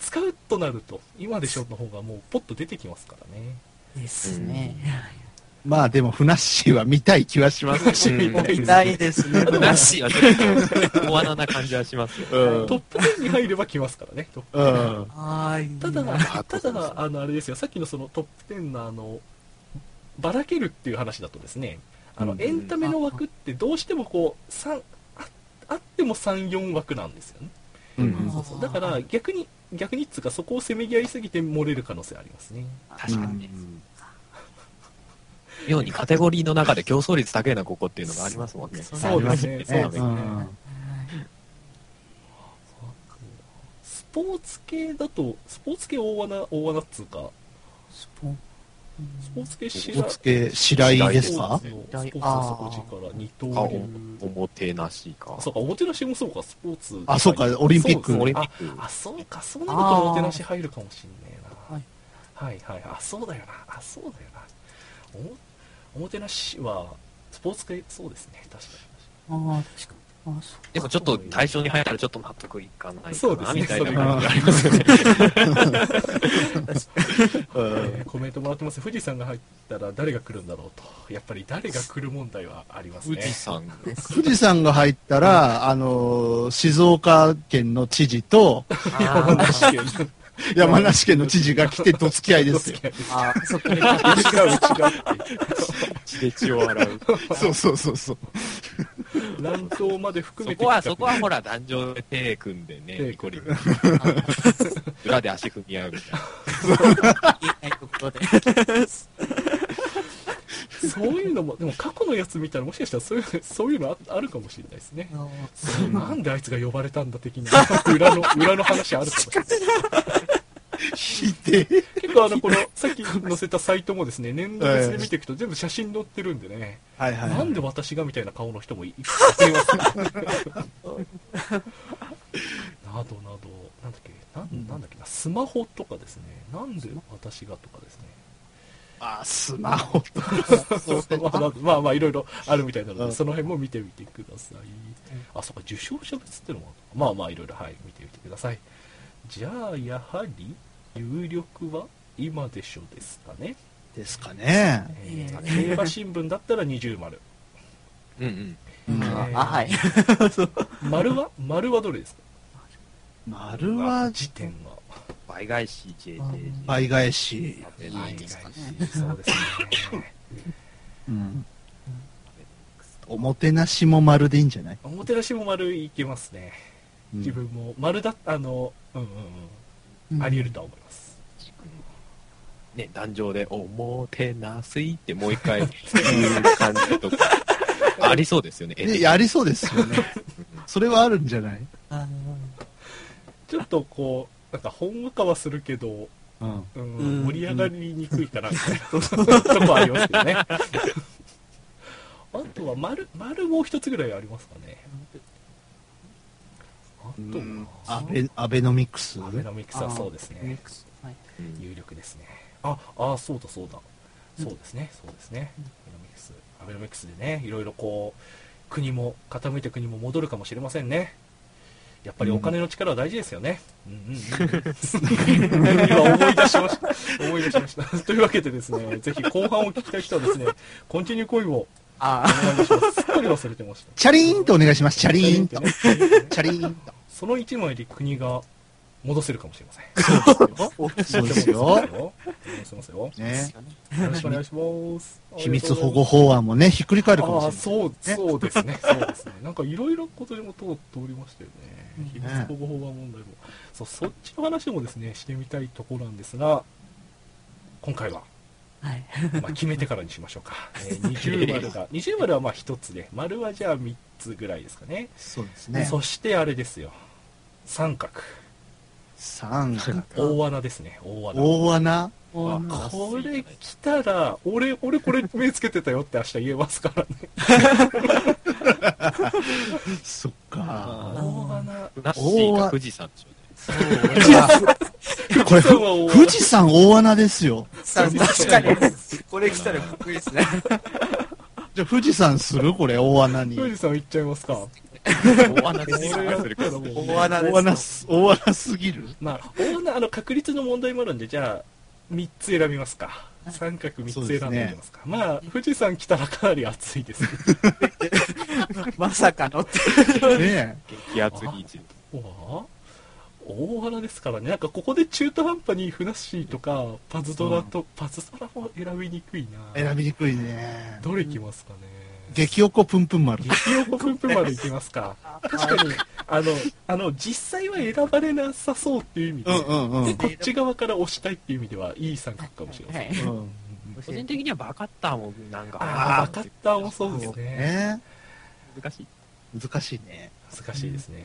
[SPEAKER 1] 使うとなると、今でしょの方がもうポッと出てきますからね。
[SPEAKER 3] ですね。
[SPEAKER 2] まあでも、ふなっしーは見たい気はし ますし、
[SPEAKER 4] う
[SPEAKER 2] み
[SPEAKER 4] ん
[SPEAKER 2] たいな
[SPEAKER 3] 痛いですね。
[SPEAKER 4] なしはちょっと小穴な感じはしますよ。
[SPEAKER 2] うん
[SPEAKER 1] トップ10に入れば来ますからね、トップ
[SPEAKER 2] うん。
[SPEAKER 3] あー
[SPEAKER 1] ただ、
[SPEAKER 4] あ
[SPEAKER 1] た
[SPEAKER 4] そうです
[SPEAKER 1] だ
[SPEAKER 4] ね、
[SPEAKER 1] あの、あれですよ、さっきのそのトップ10のあの、ばらけるっていう話だとですね、あの
[SPEAKER 2] う、ん
[SPEAKER 1] エンタメの枠ってどうしてもこう、三ああっても3、4枠なんですよね。
[SPEAKER 2] うん
[SPEAKER 1] そうそうだから逆に、逆にっつうかそこをせめぎ合いすぎて漏れる可能性ありますね。
[SPEAKER 4] 確かにね。ようにカテゴリーの中で競争率高いな、ここっていうのがありますもんね。
[SPEAKER 1] そうですね
[SPEAKER 2] あります
[SPEAKER 1] そうですね
[SPEAKER 2] うん
[SPEAKER 1] スポーツ系だと、スポーツ系大穴、大穴っつうか、
[SPEAKER 3] スポン
[SPEAKER 1] スポーツ系知
[SPEAKER 2] お
[SPEAKER 1] ら
[SPEAKER 2] つけ、白井です
[SPEAKER 1] そう
[SPEAKER 2] か
[SPEAKER 1] ですねスポ
[SPEAKER 3] 白井
[SPEAKER 1] ーツ
[SPEAKER 3] あー
[SPEAKER 1] の底力、二
[SPEAKER 4] あ
[SPEAKER 1] 刀
[SPEAKER 4] お
[SPEAKER 1] 流。
[SPEAKER 4] おもてなしか。
[SPEAKER 1] そうか、おもてなしもそうか、スポーツ。
[SPEAKER 2] あそうかオリンピック
[SPEAKER 1] そう
[SPEAKER 4] オ
[SPEAKER 1] で
[SPEAKER 4] リ
[SPEAKER 1] す
[SPEAKER 4] ンピ
[SPEAKER 1] ね
[SPEAKER 4] ック
[SPEAKER 1] あ、あそうか、そうなるとおもてなし入るかもしんねえな。はい、はい、はい。あ、そうだよな。あ、そうだよな。おもおもてなしは、スポーツ系、そうですね、確か
[SPEAKER 3] ああ、確かに。あそう
[SPEAKER 4] でもちょっと対象に入ったらちょっと納得いかない
[SPEAKER 1] そう
[SPEAKER 4] か
[SPEAKER 1] ですね
[SPEAKER 4] なみたい
[SPEAKER 1] それ
[SPEAKER 4] な感じ
[SPEAKER 2] が
[SPEAKER 4] がありますよね。
[SPEAKER 1] に。えー
[SPEAKER 2] うん
[SPEAKER 1] コメントもらってます。富士山が入ったら誰が来るんだろうと。やっぱり誰が来る問題はありますね
[SPEAKER 4] 富。士山
[SPEAKER 3] です
[SPEAKER 2] 富士山が入ったら、あのー、静岡県の知事と
[SPEAKER 1] 山梨県の
[SPEAKER 2] 山梨県の知事が来て、どつき合いですよ。
[SPEAKER 1] 付き合いです
[SPEAKER 3] ああ、そっか。
[SPEAKER 1] 違う違うっていう
[SPEAKER 4] 血で血を洗 う。
[SPEAKER 2] そうそうそうそう。
[SPEAKER 1] 乱闘まで含め
[SPEAKER 4] そ
[SPEAKER 1] て
[SPEAKER 4] こは、そこはほら、壇上で手組んでね、
[SPEAKER 1] 手
[SPEAKER 4] ニコリン 裏で足踏み合うみたいな。
[SPEAKER 3] 言えないところで。
[SPEAKER 1] そういうのもでも過去のやつ見たらもしかしたらそういうそういうのああるかもしれないですね
[SPEAKER 3] あの
[SPEAKER 1] なんであいつが呼ばれたんだ的な 裏の裏の話あるかもしれない
[SPEAKER 2] ひでえ
[SPEAKER 1] 結構あのこのさっき載せたサイトもですね年度別で見ていくと全部写真載ってるんでね、
[SPEAKER 2] はいはいはい。
[SPEAKER 1] なんで私がみたいな顔の人もいいますね などなどなんだっけなんなんだっけなスマホとかですねなんで私がとかですね
[SPEAKER 2] あ、スマホと。
[SPEAKER 1] ま あまあまあいろいろあるみたいなので、
[SPEAKER 2] うん
[SPEAKER 1] その辺も見てみてください、あそうか受賞者別ってのもあるのかまあまあいろいろはい見てみてくださいじゃあやはり有力は今でしょですかね、
[SPEAKER 2] ですかね。
[SPEAKER 1] えー競馬新聞だったら二重丸
[SPEAKER 4] うんうん。
[SPEAKER 3] うんあ、はい。
[SPEAKER 1] 丸は丸はどれですか
[SPEAKER 2] 丸は、
[SPEAKER 1] 時点は
[SPEAKER 4] 倍返し、JJG。
[SPEAKER 2] 倍返し。
[SPEAKER 3] いいですかね
[SPEAKER 1] そうですね
[SPEAKER 2] うん。おもてなしも丸でいいんじゃない
[SPEAKER 1] おもてなしも丸いけますね
[SPEAKER 2] うん
[SPEAKER 1] 自分も丸だあのうんうんうんあり得るとは思います
[SPEAKER 4] ね、壇上で、おもてなすいってもう一回言う感じ とか、ありそうですよね。
[SPEAKER 2] ね、やりそうですよね。それはあるんじゃない
[SPEAKER 3] あ
[SPEAKER 1] ちょっとこうなんかほんわかはするけど
[SPEAKER 2] うん。
[SPEAKER 1] うん
[SPEAKER 3] うん
[SPEAKER 1] 盛り上がりにくいかなみたいなとこはありますけどね。あとは丸、丸もう一つぐらいありますかね。あとは、
[SPEAKER 2] アベアベノミクス
[SPEAKER 1] アベノミクスはそうです
[SPEAKER 3] ミッ
[SPEAKER 1] ね。
[SPEAKER 3] クスはい。
[SPEAKER 4] うん
[SPEAKER 1] 有力ですね。あ、あ、そうだそうだ。そうですね、そうですね。
[SPEAKER 3] うん
[SPEAKER 1] アベノミクス。アベノミクスでね、いろいろこう、国も、傾いて国も戻るかもしれませんね。やっぱりお金の力は大事ですよね。うんうんうんうん、今思い出しました。思い出しました。 というわけでですね、ぜひ後半を聞きたい人はですね、コンティニューコインを
[SPEAKER 3] あ
[SPEAKER 1] お願いします。すっかり忘れてました。
[SPEAKER 2] チャリーンとお願いします。チャリーンと。
[SPEAKER 1] ね
[SPEAKER 2] チャリーンと。
[SPEAKER 1] その一枚で国が戻せるかもしれません。
[SPEAKER 2] そうですよ。
[SPEAKER 1] 戻せますよ。
[SPEAKER 3] あ、
[SPEAKER 2] ね。
[SPEAKER 1] よろしくお願いします。
[SPEAKER 2] 秘密保護法案もね、ひっくり返るか
[SPEAKER 1] あ
[SPEAKER 2] も
[SPEAKER 1] あ、
[SPEAKER 2] しれ
[SPEAKER 1] そう、そうです ね。そうですね。なんかいろいろ今年も通っておりましたよね。秘密保護法案問題も。そう、そっちの話もですね、してみたいところなんですが、今回は、
[SPEAKER 3] はい。
[SPEAKER 1] まあ、決めてからにしましょうか。え ー、20丸が、20丸はまあ1つで、丸はじゃあ3つぐらいですかね。
[SPEAKER 2] そうですね。
[SPEAKER 1] そしてあれですよ。三角。
[SPEAKER 2] 三角。
[SPEAKER 1] 大穴ですね、大穴。
[SPEAKER 2] 大穴
[SPEAKER 3] お
[SPEAKER 4] あ
[SPEAKER 1] これ来たら、俺、俺これ目つけてたよって明日言えますからね。
[SPEAKER 2] そっ
[SPEAKER 1] 大
[SPEAKER 2] か。
[SPEAKER 1] 穴。
[SPEAKER 4] なっしーが富士山でしょうね。
[SPEAKER 2] これ、
[SPEAKER 1] 富士山は大穴
[SPEAKER 2] 富士山大穴ですよ。
[SPEAKER 3] 確かに。これ来たらかっこいいですね。
[SPEAKER 2] じゃあ富士山するこれ、大穴に。
[SPEAKER 1] 富士山行っちゃいますか。
[SPEAKER 4] 大穴で富士山がするから。
[SPEAKER 3] 大穴です。
[SPEAKER 2] 大穴す、大穴すぎる。
[SPEAKER 1] まあ、大穴、あの、確率の問題もあるんで、じゃあ、3つ選びますか。三角3つ選んでみますか。まあ、富士山来たらかなり暑いです。
[SPEAKER 3] まさかのって。
[SPEAKER 2] ね
[SPEAKER 4] 気圧リーチ。
[SPEAKER 1] うわ大穴ですからね。なんか、ここで中途半端にふなっしーとか、パズドラと、パズドラも選びにくいな。
[SPEAKER 2] え選びにくいね。
[SPEAKER 1] どれ行きますかね。
[SPEAKER 2] 激おこぷんぷん丸。
[SPEAKER 1] 激横プンプンまで行きますか。確かに、あの、あの、実際は選ばれなさそうっていう意味で、
[SPEAKER 2] うんうんうん。うん
[SPEAKER 1] こっち側から押したいっていう意味では、いい三角かもしれません。
[SPEAKER 3] はい
[SPEAKER 4] 個人的にはバカッターもなんか、
[SPEAKER 1] ああ、バカッターもそうですね。
[SPEAKER 2] ね
[SPEAKER 4] 難しい。
[SPEAKER 2] 難しいね。
[SPEAKER 1] 難しいですね。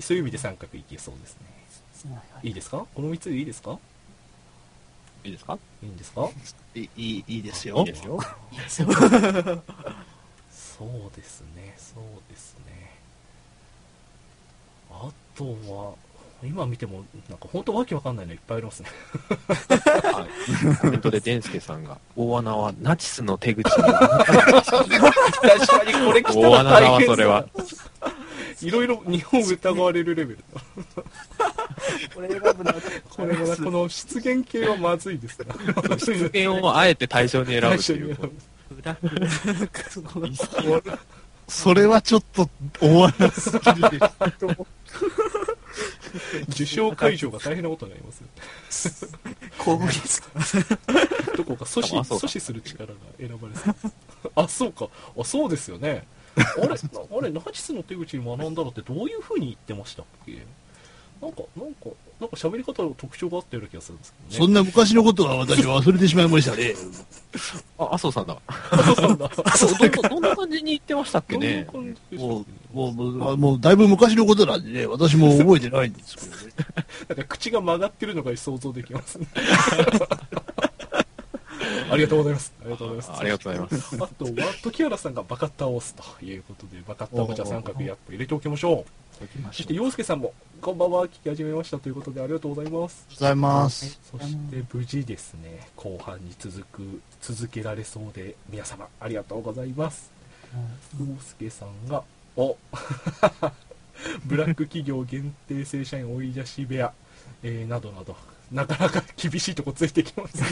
[SPEAKER 1] そういう意味で三角いけそうですね。いいですかこの3つでいいですか
[SPEAKER 4] いいですか
[SPEAKER 1] いいんですか
[SPEAKER 2] いいいいいです
[SPEAKER 4] い
[SPEAKER 2] よ
[SPEAKER 4] いですよ。
[SPEAKER 3] いいですよ
[SPEAKER 1] そうですね、そうですね。あとは、今見ても、なんか本当わけわかんないのいっぱいあります ね。
[SPEAKER 4] はい コメントでデンスケさんが、大穴はナチスの手口だ
[SPEAKER 1] 確かにこれ来た
[SPEAKER 4] 大
[SPEAKER 1] ら
[SPEAKER 4] 穴だ
[SPEAKER 1] 大
[SPEAKER 4] わ、
[SPEAKER 1] 変そ
[SPEAKER 4] そうれは。。
[SPEAKER 1] いろいろ日本疑われるレベルだ。
[SPEAKER 3] これ選ぶのは
[SPEAKER 1] これは、この出現系はまずい ですね。
[SPEAKER 4] 出現をあえて対象に選ぶっていう。
[SPEAKER 3] 裏切りそこが
[SPEAKER 2] それはちょっと大穴すぎるでし
[SPEAKER 1] 受賞会場が大変なことになりますよ。
[SPEAKER 3] 攻撃ですか
[SPEAKER 1] どこか阻止
[SPEAKER 4] 多分麻
[SPEAKER 1] 阻
[SPEAKER 4] 生だ
[SPEAKER 1] 止する力が選ばれそうです。あ、そうか。あ、そうですよね。あれ、なあれ、ナチスの手口に学んだのってどういう風に言ってましたっけなんか、なんか、なんか喋り方の特徴があったような気がするんですけ
[SPEAKER 2] そ
[SPEAKER 1] どね。
[SPEAKER 2] んな昔のことは私忘れてしまいましたね。
[SPEAKER 4] あ、麻生さんだ。
[SPEAKER 1] そんな、
[SPEAKER 4] どんなどんな感じに言ってましたっけ
[SPEAKER 1] どんな
[SPEAKER 4] ね。
[SPEAKER 1] 感じでしょう
[SPEAKER 2] もう、もう、もう、もうだいぶ昔のことなんでね、私も覚えてないんですけどね。
[SPEAKER 1] なんか口が曲がってるのが想像できますね。 ありがとうございます。ありがとうございます。
[SPEAKER 4] あありがとうございます。
[SPEAKER 1] あとは、時原さんがバカッタを押すということで、バカッタお茶三角やっぱ入れておきましょう。そして、洋介さんも、こんばんは、聞き始めましたということで、ありがとうございます。
[SPEAKER 2] ございます。
[SPEAKER 1] そして、無事ですね、後半に続く、続けられそうで、皆様、ありがとうございます。洋介さんが、お ブラック企業限定正社員追い出し部屋、えーなどなど、なかなか厳しいとこついてきます。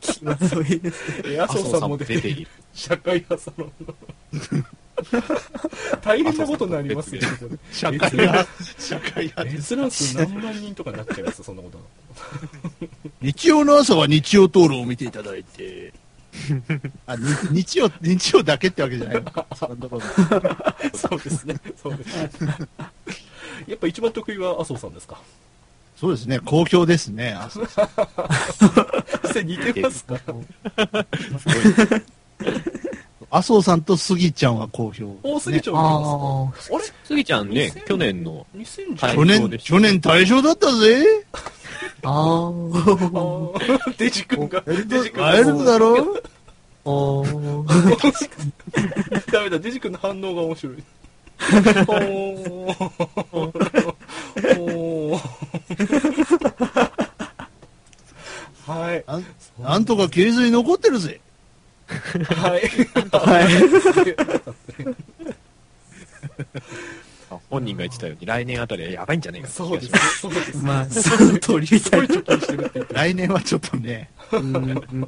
[SPEAKER 3] 気まずいですね
[SPEAKER 1] えー麻生さんも出て
[SPEAKER 4] ている。
[SPEAKER 1] 社会派サロンの大変なことになりますよ、
[SPEAKER 4] 麻
[SPEAKER 1] ここで。
[SPEAKER 2] 社会
[SPEAKER 1] 派
[SPEAKER 2] 派、社会派。
[SPEAKER 1] 閲覧数何万人とかになっちゃいますよ、そんなことなの
[SPEAKER 2] 日曜の朝は日曜討論を見ていただいて、 あに日曜、日曜だけってわけじゃないのか。そんなところ
[SPEAKER 1] そうですね。そうですね。やっぱ一番得意は麻生さんです か。
[SPEAKER 2] そうですね、好評ですね。あそう
[SPEAKER 1] 実際似てますか。
[SPEAKER 2] 麻生さんとスギちゃんは好評。
[SPEAKER 1] 大杉町になりま
[SPEAKER 3] ああ
[SPEAKER 1] すか。あれ
[SPEAKER 4] スギちゃんね
[SPEAKER 1] 2000、
[SPEAKER 4] 去年の、
[SPEAKER 1] 2010
[SPEAKER 2] 去
[SPEAKER 1] 年
[SPEAKER 4] そう
[SPEAKER 2] 年、
[SPEAKER 4] です
[SPEAKER 2] 去年大賞だったぜ。
[SPEAKER 3] あ
[SPEAKER 1] あー デジ君が、デジ君
[SPEAKER 2] 会える
[SPEAKER 1] が、
[SPEAKER 2] だろう
[SPEAKER 3] あお
[SPEAKER 1] ダメだ、デジ君の反応が面白い。おーおーはい。
[SPEAKER 2] なんなんとか形に残ってるぜ。
[SPEAKER 1] はい。
[SPEAKER 4] あ本人が言ってたように、来年あたりはやばいんじゃねえかって気
[SPEAKER 1] そう
[SPEAKER 4] が
[SPEAKER 1] で
[SPEAKER 4] し
[SPEAKER 1] す
[SPEAKER 4] ま
[SPEAKER 1] ね
[SPEAKER 4] す。。
[SPEAKER 1] そうですね。
[SPEAKER 3] まあその通りみ
[SPEAKER 1] す
[SPEAKER 3] た
[SPEAKER 1] ごい
[SPEAKER 3] いな
[SPEAKER 1] 貯金してるって言って
[SPEAKER 2] 来年はちょっとね、
[SPEAKER 3] うんうん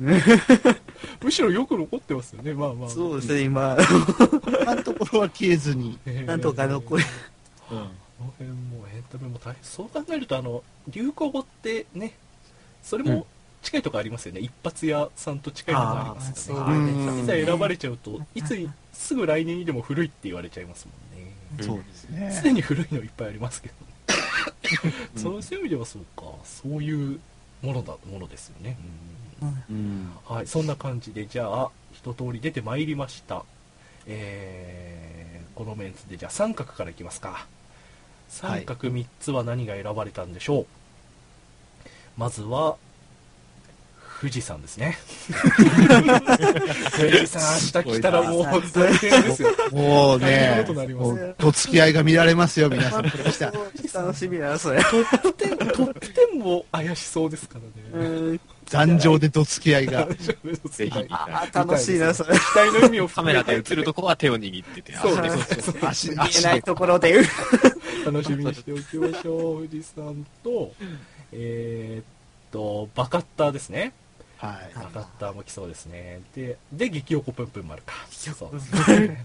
[SPEAKER 1] むしろよく残ってますよね、まあまあ。
[SPEAKER 3] そうですね今
[SPEAKER 2] 今のところは消えずに。
[SPEAKER 1] えー
[SPEAKER 3] なんとか残り
[SPEAKER 1] この辺もエンタメも大変そう考えるとあの流行語ってねそれも近いとこありますよね、一発屋さんと近いのがありますよ
[SPEAKER 2] あー
[SPEAKER 1] ね
[SPEAKER 2] そ
[SPEAKER 1] い
[SPEAKER 2] うです
[SPEAKER 1] ざ
[SPEAKER 2] ね
[SPEAKER 1] 選ばれちゃうといつすぐ来年にでも古いって言われちゃいますもんね
[SPEAKER 4] うん
[SPEAKER 2] そうです
[SPEAKER 1] す
[SPEAKER 2] ね。
[SPEAKER 1] でに古いのいっぱいありますけど、そのそういう意味ではそうかそういうものだものですよね、
[SPEAKER 4] うん
[SPEAKER 1] はい、そんな感じで、じゃあ、一通り出てまいりました。えー、このメンツで、じゃあ三角からいきますか。三角3つは何が選ばれたんでしょう、まずは、富士山ですね。富士山、明日来たらもう大変ですよ。
[SPEAKER 2] もう
[SPEAKER 1] 大変な
[SPEAKER 2] ね
[SPEAKER 1] ことになり、ます
[SPEAKER 2] も
[SPEAKER 1] ね
[SPEAKER 2] うと付き合いが見られますよ、皆さん。明日
[SPEAKER 3] 楽しみだなそれ
[SPEAKER 1] トップ10トップ10も怪しそうです からね。
[SPEAKER 3] うん
[SPEAKER 2] 残上でと付き合いが。
[SPEAKER 4] ぜひ、
[SPEAKER 1] 期
[SPEAKER 3] あー楽しいなそれ
[SPEAKER 1] 待の意味を
[SPEAKER 4] カ
[SPEAKER 1] 含
[SPEAKER 4] メ
[SPEAKER 1] め
[SPEAKER 4] ラ
[SPEAKER 1] て
[SPEAKER 4] で映るとこは手を握ってて、
[SPEAKER 1] そう
[SPEAKER 4] 足
[SPEAKER 1] ね
[SPEAKER 4] で
[SPEAKER 1] そうね
[SPEAKER 2] 足、
[SPEAKER 3] 見え
[SPEAKER 2] 足
[SPEAKER 3] な。いところで
[SPEAKER 1] 楽しみにしておきましょう、富士山と、えーっと、バカッターですね。
[SPEAKER 2] はい。
[SPEAKER 1] バカッターも来そうですね。で、で、激おこぷんぷん丸か。そうですね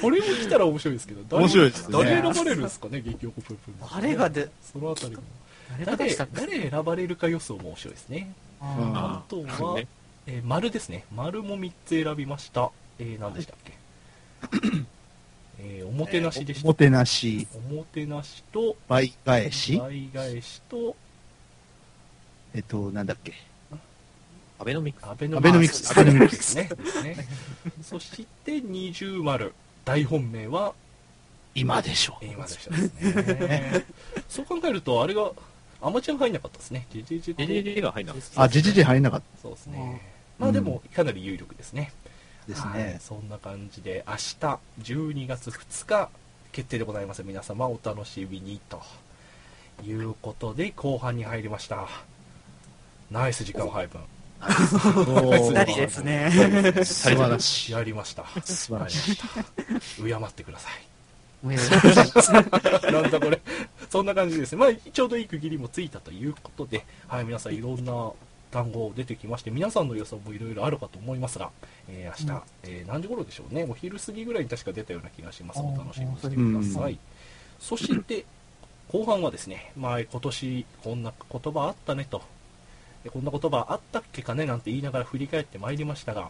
[SPEAKER 1] これも来たら面白いですけど、誰
[SPEAKER 2] 面白いですね
[SPEAKER 1] 誰選ばれるんですかね、激おこぷんぷん丸。
[SPEAKER 3] あれがで
[SPEAKER 1] そのあたりも。
[SPEAKER 3] 誰が出
[SPEAKER 1] 誰
[SPEAKER 3] したっけ
[SPEAKER 1] 誰選ばれるか予想も面白いですね。
[SPEAKER 2] うん
[SPEAKER 1] あ
[SPEAKER 3] あ
[SPEAKER 1] とは、
[SPEAKER 4] ね
[SPEAKER 1] えー丸ですね。丸も3つ選びました。えー、何でしたっけ、えー、おもてなしでし
[SPEAKER 2] お
[SPEAKER 1] た。
[SPEAKER 2] もてなし、
[SPEAKER 1] おもてなしと、
[SPEAKER 2] 倍返し、
[SPEAKER 1] 倍返しと、
[SPEAKER 2] えっと、なんだっけ。
[SPEAKER 4] アベノミクス。
[SPEAKER 1] アベノ
[SPEAKER 2] アベノミクス
[SPEAKER 1] アベノミクスね。ねそして二重丸。大本命は
[SPEAKER 2] 今でしょ。
[SPEAKER 1] 今でしたですね。そう考えると、あれが、アマチュアが入んなかったですね。ジジジ
[SPEAKER 4] ジジジが入んなかっ
[SPEAKER 2] あ、じじじ入んなかっ
[SPEAKER 1] そうです
[SPEAKER 3] うん
[SPEAKER 1] ね。まあでも、かなり有力ですね。
[SPEAKER 2] たです
[SPEAKER 1] はい
[SPEAKER 2] ね。
[SPEAKER 1] そんな感じで、明日12月2日決定でございます。皆様お楽しみにということで、後半に入りました。ナイス時間配分。
[SPEAKER 2] お
[SPEAKER 3] 二
[SPEAKER 2] ー
[SPEAKER 3] 人ですね。
[SPEAKER 4] た。
[SPEAKER 2] 素晴らしい。
[SPEAKER 1] やりました。
[SPEAKER 2] 素晴らしい。
[SPEAKER 1] 敬ってください。
[SPEAKER 3] おめでとうございま す。
[SPEAKER 1] なんだこれ。そんな感じですね。まあ、ちょうどいい区切りもついたということで、はい、皆さんいろんな単語出てきまして、皆さんの予想もいろいろあるかと思いますが、えー明日、えー何時頃でしょうね。お昼過ぎぐらいに確か出たような気がします。お楽しみにしてください。そして、後半はですね、まあ、今年こんな言葉あったねと、でこんな言葉あったっけかねなんて言いながら振り返ってまいりましたが、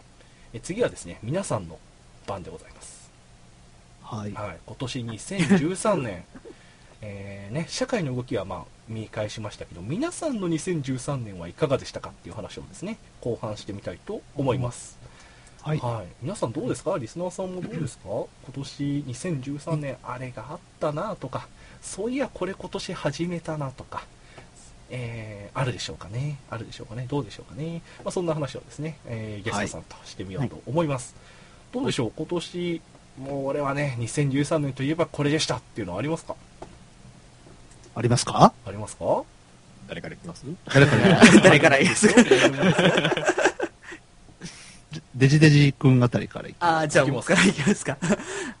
[SPEAKER 1] え次はですね、皆さんの番でございます。
[SPEAKER 2] はい。
[SPEAKER 1] はい、今年2013年、 えーね、社会の動きはまあ見返しましたけど、皆さんの2013年はいかがでしたかっていう話をですね、後半してみたいと思います。
[SPEAKER 2] はい。
[SPEAKER 1] はい、皆さんどうですかリスナーさんもどうですか今年2013年あれがあったなとか、そういやこれ今年始めたなとか、えーあるでしょうかねあるでしょうかねどうでしょうかね、まあ、そんな話をですね、えーゲストさんとしてみようと思います。どうでしょう今年、もう俺はね、2013年といえばこれでしたっていうのはありますか
[SPEAKER 2] ありますか
[SPEAKER 1] ありますか
[SPEAKER 4] 誰からい きます
[SPEAKER 2] 誰かね、
[SPEAKER 3] 誰から言いますか
[SPEAKER 2] デジデジ君あたりから行く
[SPEAKER 3] ああ、じゃあ僕からいきますか。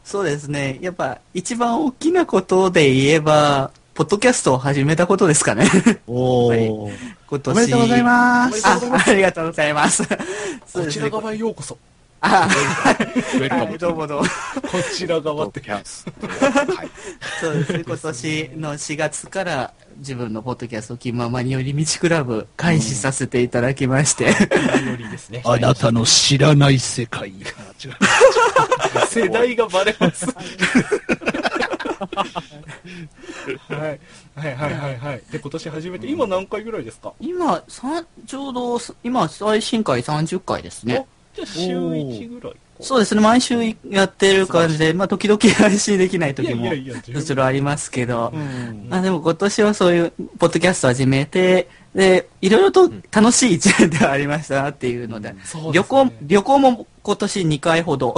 [SPEAKER 3] そうですね。やっぱ、一番大きなことで言えば、ポッドキャストを始めたことですかね。
[SPEAKER 2] おー。
[SPEAKER 3] 今年。
[SPEAKER 2] おめでとうございます。
[SPEAKER 3] あありがとうございます。そう
[SPEAKER 1] こ
[SPEAKER 3] です
[SPEAKER 1] ち
[SPEAKER 3] ね
[SPEAKER 1] ら。側へようこそ。
[SPEAKER 3] あ
[SPEAKER 4] ウェルカ
[SPEAKER 3] はい
[SPEAKER 4] ム
[SPEAKER 3] どうもどうも。
[SPEAKER 1] こちら側
[SPEAKER 4] ポ
[SPEAKER 1] っ
[SPEAKER 4] ッド
[SPEAKER 1] て。
[SPEAKER 4] キャスト。はい。
[SPEAKER 3] そうですね。今年の4月から自分のポッドキャスト気ままに寄り道クラブ開始させていただきまして、
[SPEAKER 1] よりですね。
[SPEAKER 2] あなたの知らない世 界。違う。
[SPEAKER 1] 世代がバレます。はい、はいはいはいはい。で、今年初めて、今何回ぐらいですか
[SPEAKER 3] 今、さんちょうど、今、最新回30回ですね
[SPEAKER 1] あ。じゃあ週1ぐらい
[SPEAKER 3] そうですね。毎週やってる感じで、まあ、時々配信できない時も
[SPEAKER 1] いやいやいや、
[SPEAKER 3] もちろんありますけど、
[SPEAKER 2] ん
[SPEAKER 3] まあでも今年はそういう、ポッドキャスト始めて、で、いろいろと楽しい一年ではありましたなっていうので、
[SPEAKER 1] そうですね
[SPEAKER 3] 旅行、旅行も今年2回ほど、
[SPEAKER 1] お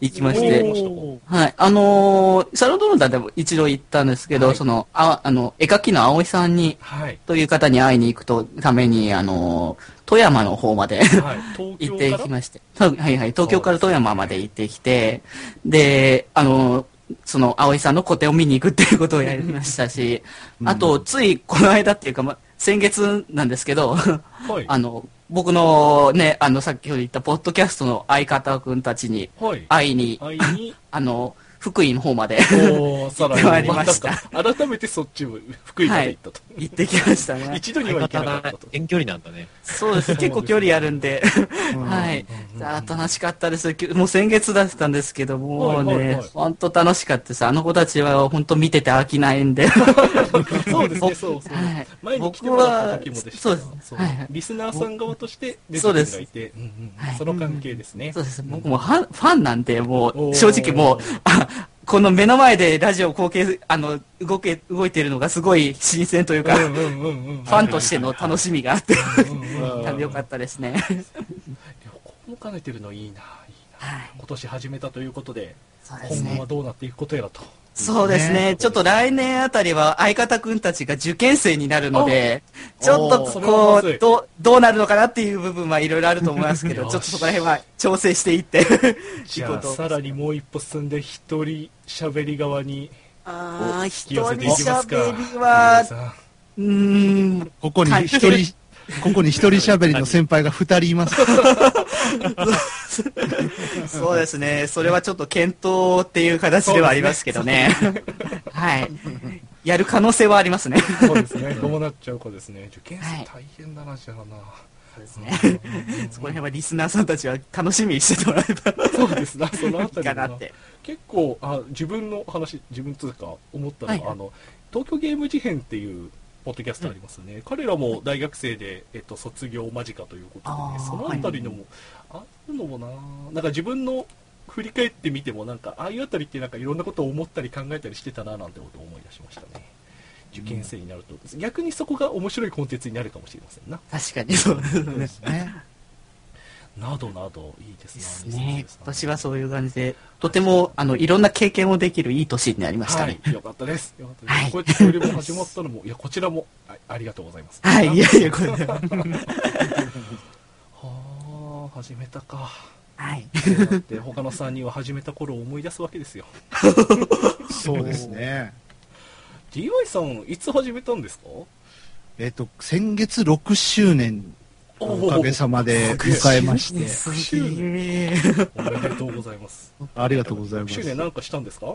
[SPEAKER 3] 行きまして
[SPEAKER 1] お
[SPEAKER 3] はい、あのーサロンドロンダでも一度行ったんですけど、
[SPEAKER 1] はい
[SPEAKER 3] その、あ、あの、絵描きの葵さんに、
[SPEAKER 1] はい。
[SPEAKER 3] という方に会いに行くとために、あのー富山の方まで、
[SPEAKER 1] はい。東
[SPEAKER 3] 行
[SPEAKER 1] 京
[SPEAKER 3] って
[SPEAKER 1] から
[SPEAKER 3] きまして、そうはいはい、東京から富山まで行ってきて、で、あの、その、葵さんの個展を見に行くっていうことをやりましたし、あと、ついこの間っていうか、ま、先月なんですけど、
[SPEAKER 1] はい。
[SPEAKER 3] あの、僕のね、あの、さっきほど言った、ポッドキャストの相方くんたちに
[SPEAKER 1] はい。
[SPEAKER 3] 会いに、
[SPEAKER 1] 会いに、
[SPEAKER 3] あの、福井の方ま で
[SPEAKER 1] おーさらに、
[SPEAKER 3] 行ってまいりました
[SPEAKER 1] なんか改めてそっちも福井まで行ったと。
[SPEAKER 3] 行ってきましたね。
[SPEAKER 1] 一度には行けなかったと。
[SPEAKER 4] 遠距離なんだね。
[SPEAKER 3] そうです。結構距離あるんで、はい。あ楽しかったです。きゅもう先月だったんですけど、もう
[SPEAKER 1] はいはい
[SPEAKER 3] ね
[SPEAKER 1] はい、
[SPEAKER 3] ほんと楽しかったです。あの子たちは本当見てて飽きないんで。は
[SPEAKER 1] そうですね、そうそう
[SPEAKER 3] はい。
[SPEAKER 1] 前に来てもらった時もでしたが
[SPEAKER 3] 僕はそうです
[SPEAKER 1] そう
[SPEAKER 3] はいはい
[SPEAKER 1] リスナーさん側として出ていただいて、うんうん
[SPEAKER 3] はい
[SPEAKER 1] その関係ですね。
[SPEAKER 3] そうです。僕もファンファンなんで、も
[SPEAKER 1] おー
[SPEAKER 3] う正直もう、あこの目の前でラジオ後継、あの、動け、動いてるのがすごい新鮮というか、フ
[SPEAKER 1] うんうんうんうん
[SPEAKER 3] ァンとしての楽しみがあって、
[SPEAKER 1] うんうん
[SPEAKER 3] よかった ですね。
[SPEAKER 1] 旅行も兼ねてるのいいな、いいな。
[SPEAKER 3] はい
[SPEAKER 1] 今年始めたということで、
[SPEAKER 3] そうです
[SPEAKER 1] 今後
[SPEAKER 3] ね
[SPEAKER 1] は。どうなっていくことやらと。
[SPEAKER 3] そうですね。ちょっと来年あたりは相方くんたちが受験生になるので、ちょっ
[SPEAKER 1] おー
[SPEAKER 3] と
[SPEAKER 1] それはま
[SPEAKER 3] こ、
[SPEAKER 1] ずいう
[SPEAKER 3] どう、どうなるのかなっていう部分はいろいろあると思います けど、
[SPEAKER 1] よし
[SPEAKER 3] ちょっとそこら辺は調整していって。
[SPEAKER 1] じゃあ、さらにもう一歩進んで、一人喋り側に
[SPEAKER 3] ああ、一
[SPEAKER 1] 引き寄せ
[SPEAKER 3] 人
[SPEAKER 1] ていきますか。
[SPEAKER 3] 喋り は、
[SPEAKER 1] さ
[SPEAKER 3] うーん、
[SPEAKER 2] ここに一
[SPEAKER 3] は
[SPEAKER 2] 人、ここに一人喋りの先輩が二人います。
[SPEAKER 3] そうですね。それはちょっと検討っていう形ではありますけどね。はい。やる可能性はありますね。
[SPEAKER 1] んそうです ね、どうなっちゃうかですね。受験生大変だな、じゃあな。うん
[SPEAKER 3] そこら辺はリスナーさんたちは楽しみにしててもらえば
[SPEAKER 1] そうです ね、そのあ
[SPEAKER 3] い
[SPEAKER 1] た
[SPEAKER 3] い
[SPEAKER 1] り
[SPEAKER 3] かな
[SPEAKER 1] は
[SPEAKER 3] って。
[SPEAKER 1] 結構あ自分の話自分というか思ったのは、
[SPEAKER 3] はいはい
[SPEAKER 1] あの東京ゲーム事変っていうポッドキャストありますね、彼らも大学生で、えっと、卒業間近ということで、
[SPEAKER 3] あー
[SPEAKER 1] そのあたりのも、あるのもななんか自分の振り返ってみてもなんかああいうあたりってなんかいろんなことを思ったり考えたりしてたななんてことを思い出しましたね受験生になると、逆にそこが面白いコンテンツになるかもしれませんな。
[SPEAKER 3] 確かにそうです
[SPEAKER 2] そう
[SPEAKER 3] ね
[SPEAKER 2] で。すね。
[SPEAKER 1] などなど、いいです
[SPEAKER 3] で
[SPEAKER 1] な
[SPEAKER 3] すね。今年
[SPEAKER 1] は
[SPEAKER 3] はそういう感じで、とても、あの、いろんな経験をできるいい年になりました
[SPEAKER 1] は
[SPEAKER 3] ね。
[SPEAKER 1] い、よかったです。よかったです。
[SPEAKER 3] はい
[SPEAKER 1] こうやってトイレも始まったのも、いや、こちらも、あありがとうございます。
[SPEAKER 3] はい、い、
[SPEAKER 1] や
[SPEAKER 3] やいや、これは。
[SPEAKER 1] はあ、始めたか。
[SPEAKER 3] はい。
[SPEAKER 1] だって、他の3人は始めた頃を思い出すわけですよ。
[SPEAKER 2] そうですね。
[SPEAKER 1] DY さん、いつ始めたんですか
[SPEAKER 2] えっ、と、先月6周年、おかげさまで迎えまし
[SPEAKER 3] ね
[SPEAKER 2] て、
[SPEAKER 3] すげえ。
[SPEAKER 1] おめでとうございます。
[SPEAKER 2] ありがとうございま
[SPEAKER 1] 6
[SPEAKER 2] す。
[SPEAKER 1] 周年なんかしたんですか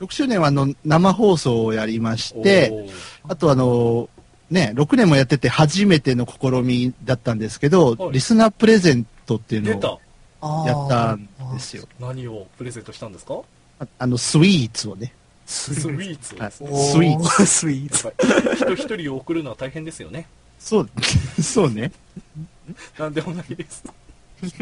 [SPEAKER 2] 6周年はあの生放送をやりまして、
[SPEAKER 1] おー
[SPEAKER 2] あとあの、ね、6年もやってて初めての試みだったんですけど、
[SPEAKER 1] はい
[SPEAKER 2] リスナープレゼントっていう
[SPEAKER 1] 出
[SPEAKER 2] の
[SPEAKER 1] た
[SPEAKER 2] を。やったんですよ。
[SPEAKER 1] 何をプレゼントしたんですか
[SPEAKER 2] ああの、スイーツをね。
[SPEAKER 1] スイーツをですね。
[SPEAKER 2] スイー
[SPEAKER 3] ツ。スイーツ。
[SPEAKER 1] やっぱり人一人を送るのは大変ですよね。
[SPEAKER 2] そう、 そうね。
[SPEAKER 1] なんでもないです。自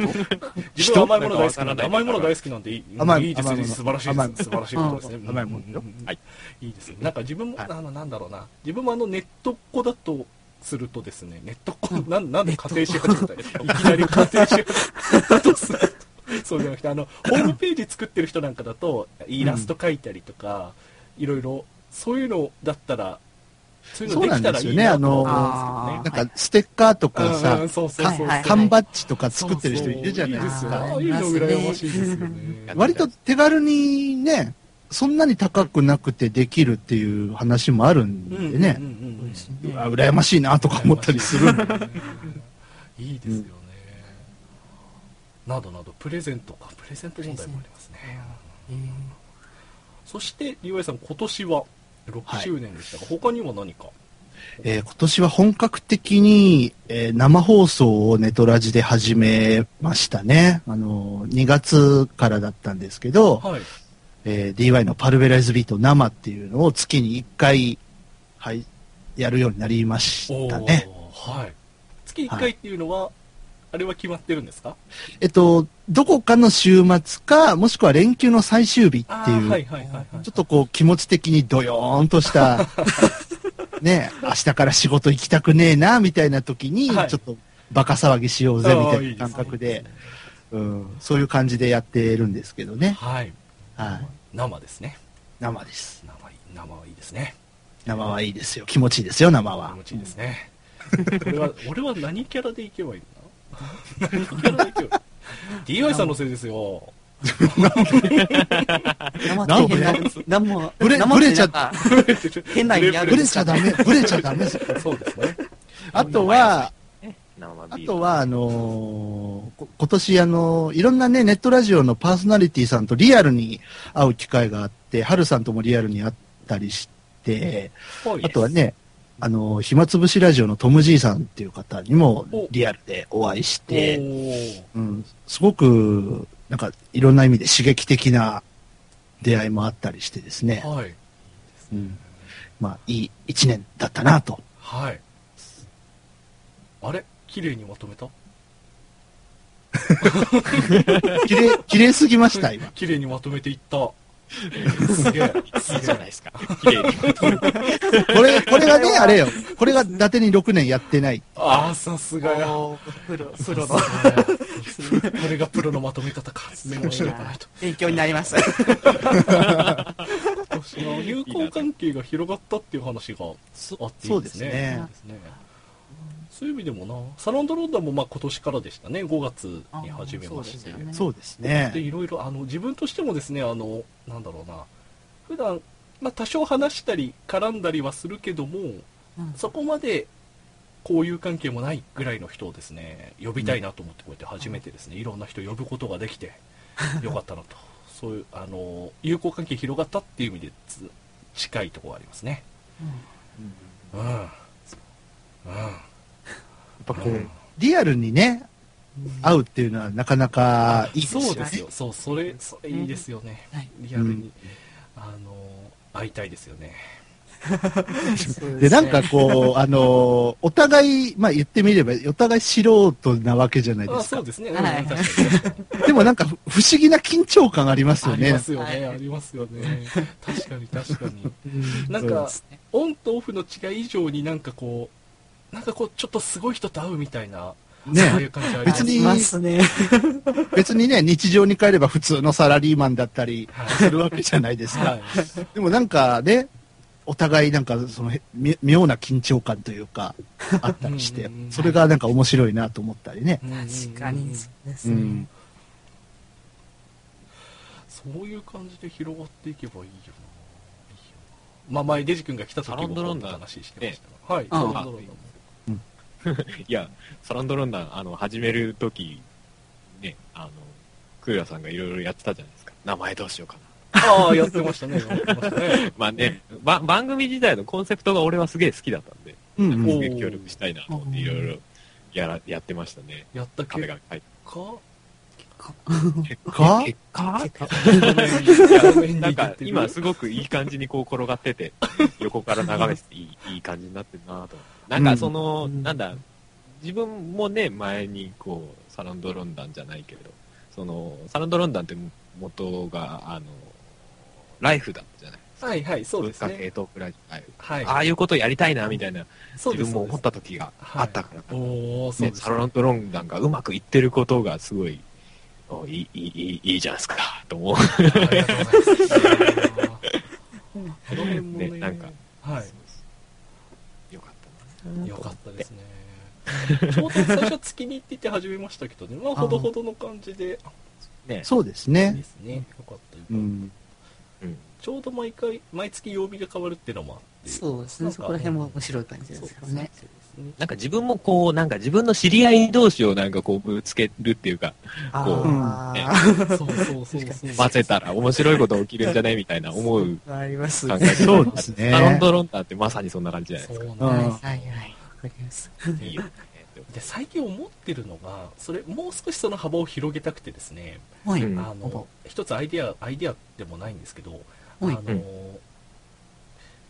[SPEAKER 4] 人
[SPEAKER 1] 分甘いもの大好きな
[SPEAKER 4] なんん
[SPEAKER 1] で、
[SPEAKER 4] かわからない
[SPEAKER 1] 甘いもの大好きなんでいい、
[SPEAKER 2] 甘い
[SPEAKER 1] いいです
[SPEAKER 2] 甘いも
[SPEAKER 1] ね。
[SPEAKER 2] の
[SPEAKER 1] 素晴らしい
[SPEAKER 2] 甘い
[SPEAKER 1] です。素晴らしいことですね。
[SPEAKER 2] うん甘いものよ
[SPEAKER 1] うん
[SPEAKER 4] はい。
[SPEAKER 1] いいですね。なんか自分も、
[SPEAKER 2] はい
[SPEAKER 1] あの、なんだろうな。自分もあの、ネットっ子だとするとですね、ネットっ子、なん、なんで仮定し始めたいきなり仮定し始めたとすると。そうじゃなくて、 あの、ホームページ作ってる人なんかだと、イラスト描いたりとか、いろいろ、そういうのだったら、そういうのできたらいいなと思うん
[SPEAKER 3] そうなん
[SPEAKER 1] で
[SPEAKER 2] な
[SPEAKER 1] す
[SPEAKER 2] んか、ステッカーとか
[SPEAKER 1] けどね。うんう
[SPEAKER 2] さ
[SPEAKER 1] ん、そうそうそう
[SPEAKER 3] はいはい
[SPEAKER 2] 缶バッジとか作ってる人いるじゃないです
[SPEAKER 3] そうそう
[SPEAKER 2] か。
[SPEAKER 1] ああいうの羨ましいですよね。
[SPEAKER 2] 割と手軽にね、そんなに高くなくてできるっていう話もあるんでね
[SPEAKER 1] うん、うんうんうん
[SPEAKER 2] うわ羨ましいなとか思ったりする。
[SPEAKER 1] いいですよね。などなど、プレゼントか、プレゼント問題もありますね。そして、リュウエイさん、今年は6周年でしたが、他にも何か。
[SPEAKER 2] えー今年は本格的に、えー生放送をネトラジで始めましたね。あのー、2月からだったんですけど、
[SPEAKER 1] はい。
[SPEAKER 2] えー DY のパルベライズビート生っていうのを月に1回、はい、やるようになりました
[SPEAKER 1] ー
[SPEAKER 2] ね。
[SPEAKER 1] はい。月1回っていうのは、あれは決まってるんですか
[SPEAKER 2] えっと、どこかの週末か、もしくは連休の最終日っていう、
[SPEAKER 1] はいはいはい、はい。
[SPEAKER 2] ちょっとこう気持ち的にドヨーンと した、ね、明日から仕事行きたくねえな、みたいな時に、
[SPEAKER 1] はい
[SPEAKER 2] ちょっとバカ騒ぎしようぜ、み
[SPEAKER 1] あ
[SPEAKER 2] た
[SPEAKER 1] ーいい
[SPEAKER 2] いな感覚で
[SPEAKER 1] ですね
[SPEAKER 2] うん、そういう感じでやってるんですけどね。
[SPEAKER 1] はい。
[SPEAKER 2] はい。
[SPEAKER 1] 生ですね。
[SPEAKER 2] 生です。
[SPEAKER 1] 生いい、生はいいですね。
[SPEAKER 2] 生はいいですよ。気持ちいいですよ、生
[SPEAKER 1] 気
[SPEAKER 2] は
[SPEAKER 1] 持。ちいいですね。俺 は、俺は何キャラでいけばいいんだ何キャラでいけばいい ?DY さんのせいですよ。
[SPEAKER 3] 生って変な、何も、
[SPEAKER 2] ブレ
[SPEAKER 3] 生
[SPEAKER 2] ブ
[SPEAKER 3] て
[SPEAKER 2] レちゃっ
[SPEAKER 3] なんか 変な意味ある
[SPEAKER 2] ブレちゃダメ、ブレちゃダメ。
[SPEAKER 1] そうですね。
[SPEAKER 2] あとは、
[SPEAKER 4] 生
[SPEAKER 2] あ
[SPEAKER 4] ビール
[SPEAKER 2] とは、あのーこ今年、あのーいろんなね、ネットラジオのパーソナリティさんとリアルに会う機会があって、ハルさんともリアルに会ったりして、あとはね、あのー暇つぶしラジオのトム・ジーさんっていう方にも
[SPEAKER 1] お
[SPEAKER 2] リアルでお会いし
[SPEAKER 1] お
[SPEAKER 2] て、
[SPEAKER 1] ー
[SPEAKER 2] うん、すごく、なんか、いろんな意味で刺激的な出会いもあったりしてですね、
[SPEAKER 1] はい。
[SPEAKER 2] うん、まあ、いい一年だったなと。
[SPEAKER 1] はい。あれ綺麗にまとめた
[SPEAKER 2] 綺麗、綺麗すぎました、今。
[SPEAKER 1] 綺麗にまとめていった。す げえ。
[SPEAKER 4] いいじゃないですすか。綺麗に。
[SPEAKER 2] これ、これがね、あれよ。これが伊達に6年やってない。
[SPEAKER 1] げえ。ああ、さすがや。
[SPEAKER 3] プロ、プロ の
[SPEAKER 1] さ。すがやこれがプロのまとめ方 か。メモしておかないと。
[SPEAKER 3] 勉強になりました。
[SPEAKER 1] 友好関係が広がったっていう話があっていいですね。
[SPEAKER 2] そう
[SPEAKER 1] ですね。そういう意味でもな、サロンドロンダもまあ今年からでしたね、5月に始めまして。
[SPEAKER 2] そうですね
[SPEAKER 1] で。いろいろあの自分としてもですねあのなんだろうな普段まあ多少話したり絡んだりはするけどもそこまで交友関係もないぐらいの人をですね呼びたいなと思ってこうやって初めてですね、いろんな人呼ぶことができてよかったなとそういうあの友好関係広がったっていう意味でつ近いところがありますねうんうん
[SPEAKER 5] ぱこう、
[SPEAKER 2] リアルにね、会うっていうのはなかなかいいですよね。
[SPEAKER 1] そうですよそうそれそれいいですよね、
[SPEAKER 3] はい
[SPEAKER 1] リアルに、
[SPEAKER 2] うん
[SPEAKER 1] あの会いたいですよね
[SPEAKER 2] で、なんかこう、あのーお互い、まあ言ってみれば、お互い素人なわけじゃないで
[SPEAKER 1] あ
[SPEAKER 2] す
[SPEAKER 1] そ
[SPEAKER 2] か
[SPEAKER 1] う。ですね。
[SPEAKER 3] はい
[SPEAKER 1] うん確かにね
[SPEAKER 2] でもなんかふ不思議な緊張感ありますよ
[SPEAKER 1] あり
[SPEAKER 2] ね
[SPEAKER 1] ま。すよね、
[SPEAKER 3] は
[SPEAKER 1] あ
[SPEAKER 3] い
[SPEAKER 1] りますよね。確かに確かに。なん
[SPEAKER 2] そう
[SPEAKER 1] か
[SPEAKER 2] で、
[SPEAKER 1] オンとオフの違い以上になんかこう、なんかこう、ちょっとすごい人と会うみたいな、
[SPEAKER 2] ね
[SPEAKER 1] そういう感じありま
[SPEAKER 2] 別
[SPEAKER 1] す
[SPEAKER 2] に
[SPEAKER 3] ありますね。
[SPEAKER 2] 別にね、日常に帰れば普通のサラリーマンだったり
[SPEAKER 1] は
[SPEAKER 2] するわけじゃないです
[SPEAKER 1] い。
[SPEAKER 2] か。
[SPEAKER 1] はい
[SPEAKER 2] でもなんかね、お互いなんかそのへみ妙な緊張感という か、あったりして
[SPEAKER 1] うんうんう、ん
[SPEAKER 2] それがなんか面白いなと思ったりね。
[SPEAKER 3] 確かに、そうです
[SPEAKER 2] う
[SPEAKER 3] ね。
[SPEAKER 2] ん。
[SPEAKER 1] そういう感じで広がっていけばいいよな。いいよなまあ前、デジ君が来た時
[SPEAKER 4] サロン
[SPEAKER 1] も
[SPEAKER 4] ドロ
[SPEAKER 1] こ
[SPEAKER 4] ン
[SPEAKER 1] ん
[SPEAKER 4] ダ
[SPEAKER 1] な
[SPEAKER 4] ー
[SPEAKER 1] 話してましたが。はい、
[SPEAKER 3] あ
[SPEAKER 1] サロンドロンダーも
[SPEAKER 4] いや、サランドロンダン、あの、始めるとき、ね、あの、クーラさんがいろいろやってたじゃないですか。名前どうしようか
[SPEAKER 1] ああ、やってました ね。やってましたね
[SPEAKER 4] な。。まあね、ば番組自体のコンセプトが俺はすげえ好きだったんで、
[SPEAKER 2] うんうん
[SPEAKER 1] お
[SPEAKER 4] すげえ協力したいなと思っていろいろやら、やってましたね。
[SPEAKER 1] やった
[SPEAKER 4] 壁
[SPEAKER 1] 結
[SPEAKER 4] が書い
[SPEAKER 1] 果
[SPEAKER 2] か
[SPEAKER 4] 結果なんか今すごくいい感じにこう転がっ てて、横から眺めてていいいい感じになってるなと。なんかその、
[SPEAKER 3] うん
[SPEAKER 4] なんだ、自分もね、前にこう、サランドロンダンじゃないけれど、その、サランドロンダンって元が、あの、ライフだったじゃない
[SPEAKER 1] はいはい、そうです
[SPEAKER 4] 文化系
[SPEAKER 1] ね。
[SPEAKER 4] トークライフライフ
[SPEAKER 1] はい。
[SPEAKER 4] ああいうことやりたいな、みたいな、
[SPEAKER 1] そう
[SPEAKER 4] 自
[SPEAKER 1] です
[SPEAKER 4] 分も思った時があったから。
[SPEAKER 1] そうですおお、そう
[SPEAKER 4] ね、
[SPEAKER 1] です
[SPEAKER 4] サロンドロンダンがうまくいってることがすごい、おいい、いい、いいいいじゃないですか、と思う。
[SPEAKER 1] ありがとうございます。この辺もね、
[SPEAKER 4] ねなんか
[SPEAKER 1] は
[SPEAKER 4] よかったな。
[SPEAKER 1] い、よかったですね。ちょうど最初月に行ってて始めましたけどね、まあほどほどの感じで、
[SPEAKER 4] ね。
[SPEAKER 2] そうです
[SPEAKER 1] いい
[SPEAKER 2] ね
[SPEAKER 1] で。すね。よかったよかった
[SPEAKER 2] うん。
[SPEAKER 4] うん。
[SPEAKER 1] ちょうど毎回、毎月曜日が変わるっていうのもあって。
[SPEAKER 3] そうです
[SPEAKER 1] なん
[SPEAKER 3] ね。
[SPEAKER 1] か
[SPEAKER 3] そこら辺も面白い感じ
[SPEAKER 1] そう
[SPEAKER 3] で
[SPEAKER 1] ですす
[SPEAKER 3] けどね。
[SPEAKER 1] そうですね
[SPEAKER 4] なんか自分もこう、なんか自分の知り合い同士をなんかこうぶつけるっていうか、
[SPEAKER 3] あ
[SPEAKER 4] ね
[SPEAKER 3] あ、
[SPEAKER 1] そうそうそうそう。
[SPEAKER 4] 混ぜたら面白いこと起きるんじゃねみたいな思 う
[SPEAKER 3] ありますね。
[SPEAKER 4] 感
[SPEAKER 3] は
[SPEAKER 4] 覚
[SPEAKER 3] い
[SPEAKER 4] が
[SPEAKER 2] そうですね
[SPEAKER 4] サロンドロンダーってまさにそんな感じじゃないで
[SPEAKER 1] そう
[SPEAKER 2] う
[SPEAKER 1] なん
[SPEAKER 2] ん
[SPEAKER 1] で
[SPEAKER 3] はいはい。わかります。
[SPEAKER 4] すか。いいよね。
[SPEAKER 1] で最近思ってるのが、それ、もう少しその幅を広げたくてですね、
[SPEAKER 3] は
[SPEAKER 4] う
[SPEAKER 3] い。
[SPEAKER 4] ん
[SPEAKER 1] あの、一つアイデア、アイデアでもないんですけど、あ
[SPEAKER 3] はい
[SPEAKER 1] の、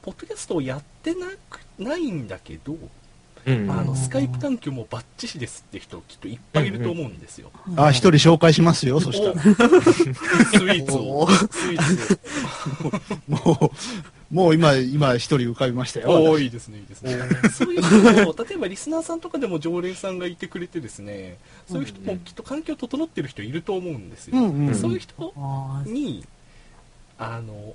[SPEAKER 1] ポッドキャストをやってなく、ないんだけど、
[SPEAKER 4] うん。
[SPEAKER 1] あ
[SPEAKER 4] あ
[SPEAKER 1] の、
[SPEAKER 4] の、
[SPEAKER 1] スカイプ環境もバッチシですって人、きっといっぱいいると思うんですよ。
[SPEAKER 2] あ、一人紹介しますよ、そしたら。
[SPEAKER 1] スイーツを
[SPEAKER 3] おー、
[SPEAKER 1] スイーツ
[SPEAKER 2] もう、もう今、今一人浮かびました
[SPEAKER 1] を。お
[SPEAKER 2] よ。
[SPEAKER 1] ーいいですね、いいですね。そういう人も、例えばリスナーさんとかでも常連さんがいてくれてですね、そういう人もきっと環境整ってる人いると思うんですよ。
[SPEAKER 2] うんうん。
[SPEAKER 1] そういう人
[SPEAKER 3] あー
[SPEAKER 1] に、あの、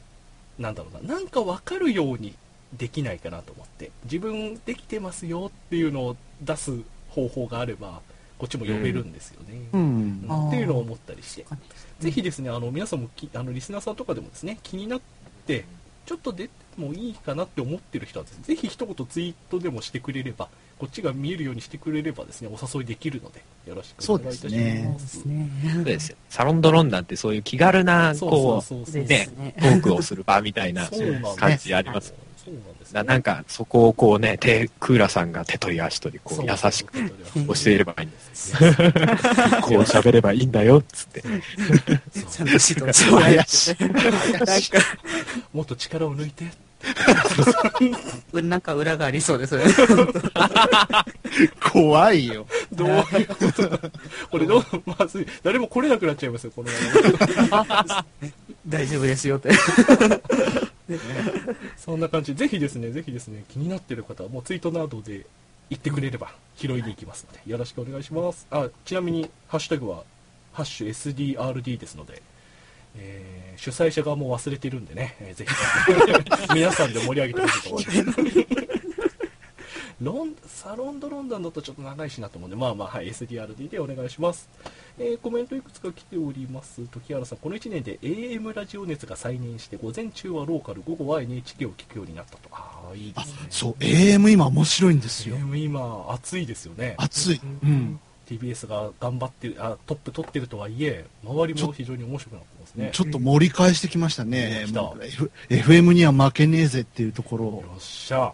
[SPEAKER 1] なんだろうな、なんかわかるようにできないかなと思って、自分できてますよっていうのを出す方法があれば、こっちも呼べるんですよね。
[SPEAKER 2] う
[SPEAKER 1] うん
[SPEAKER 2] ん。
[SPEAKER 3] あー
[SPEAKER 1] っていうのを思ったりして、
[SPEAKER 3] そうか
[SPEAKER 1] ぜひですね、あの、皆さんもき、あの、リスナーさんとかでもですね、気になって、ちょっと出てもいいかなって思ってる人はですね、ぜひ一言ツイートでもしてくれれば、こっちが見えるようにしてくれればですね、お誘いできるので、よろしくお願いいたします。
[SPEAKER 2] そうですね
[SPEAKER 3] そうですね。
[SPEAKER 4] そうですよ。サロンドロンダーってそういう気軽な、
[SPEAKER 1] そう
[SPEAKER 4] こ
[SPEAKER 1] そうそう
[SPEAKER 3] そ
[SPEAKER 1] そうう。
[SPEAKER 3] ですね。
[SPEAKER 4] う、トークをする場みたいな
[SPEAKER 1] そうなんです
[SPEAKER 4] 感じあります。
[SPEAKER 1] そうなんです
[SPEAKER 4] ななんか、そこをこうね、手、クーラさんが手取り足取り、こう、優しく
[SPEAKER 1] く
[SPEAKER 4] 教えればいいんです。
[SPEAKER 1] そうそう
[SPEAKER 4] こう喋ればいいんだよ、つって。
[SPEAKER 3] ちゃんと指導してもらえ
[SPEAKER 2] 怪
[SPEAKER 3] る
[SPEAKER 2] しい。
[SPEAKER 1] もっと力を抜いて。
[SPEAKER 3] とね。なんか裏がありそうです。
[SPEAKER 2] 怖いよ。
[SPEAKER 1] どういうことだこれどう、まずい。誰も来れなくなっちゃいますよ、このまま。
[SPEAKER 3] 大丈夫ですよって。
[SPEAKER 1] そんな感じ。ぜひですね、ぜひですね、気になってる方はもうツイートなどで言ってくれれば拾いに行きますので、よろしくお願いします。あ、ちなみに、ハッシュタグは、ハッシュ SDRD ですので、えー主催者側も忘れてるんでね、えーぜひ、 皆さんで盛り上げてほしいと思います。 ロンサロンドロンダンだとちょっと長いしなと思うんで、まあまあ、はい、SDRD でお願いします。えーコメントいくつか来ております。時原さん、この1年で AM ラジオ熱が再燃して、午前中はローカル、午後は NHK を聞くようになったと。ああ、いいで
[SPEAKER 2] あ
[SPEAKER 1] すね。
[SPEAKER 2] そう、AM 今面白いんですよ。
[SPEAKER 1] AM 今、暑いですよね。
[SPEAKER 2] 暑い。うん。
[SPEAKER 1] TBS が頑張ってるあトップ取ってるとはいえ周りも非常に面白くなってますね
[SPEAKER 2] ちょっと盛り返してきましたね
[SPEAKER 1] 来。た
[SPEAKER 2] もう F- FM には負けねえぜっていうところ
[SPEAKER 1] よ
[SPEAKER 2] を
[SPEAKER 1] っしゃ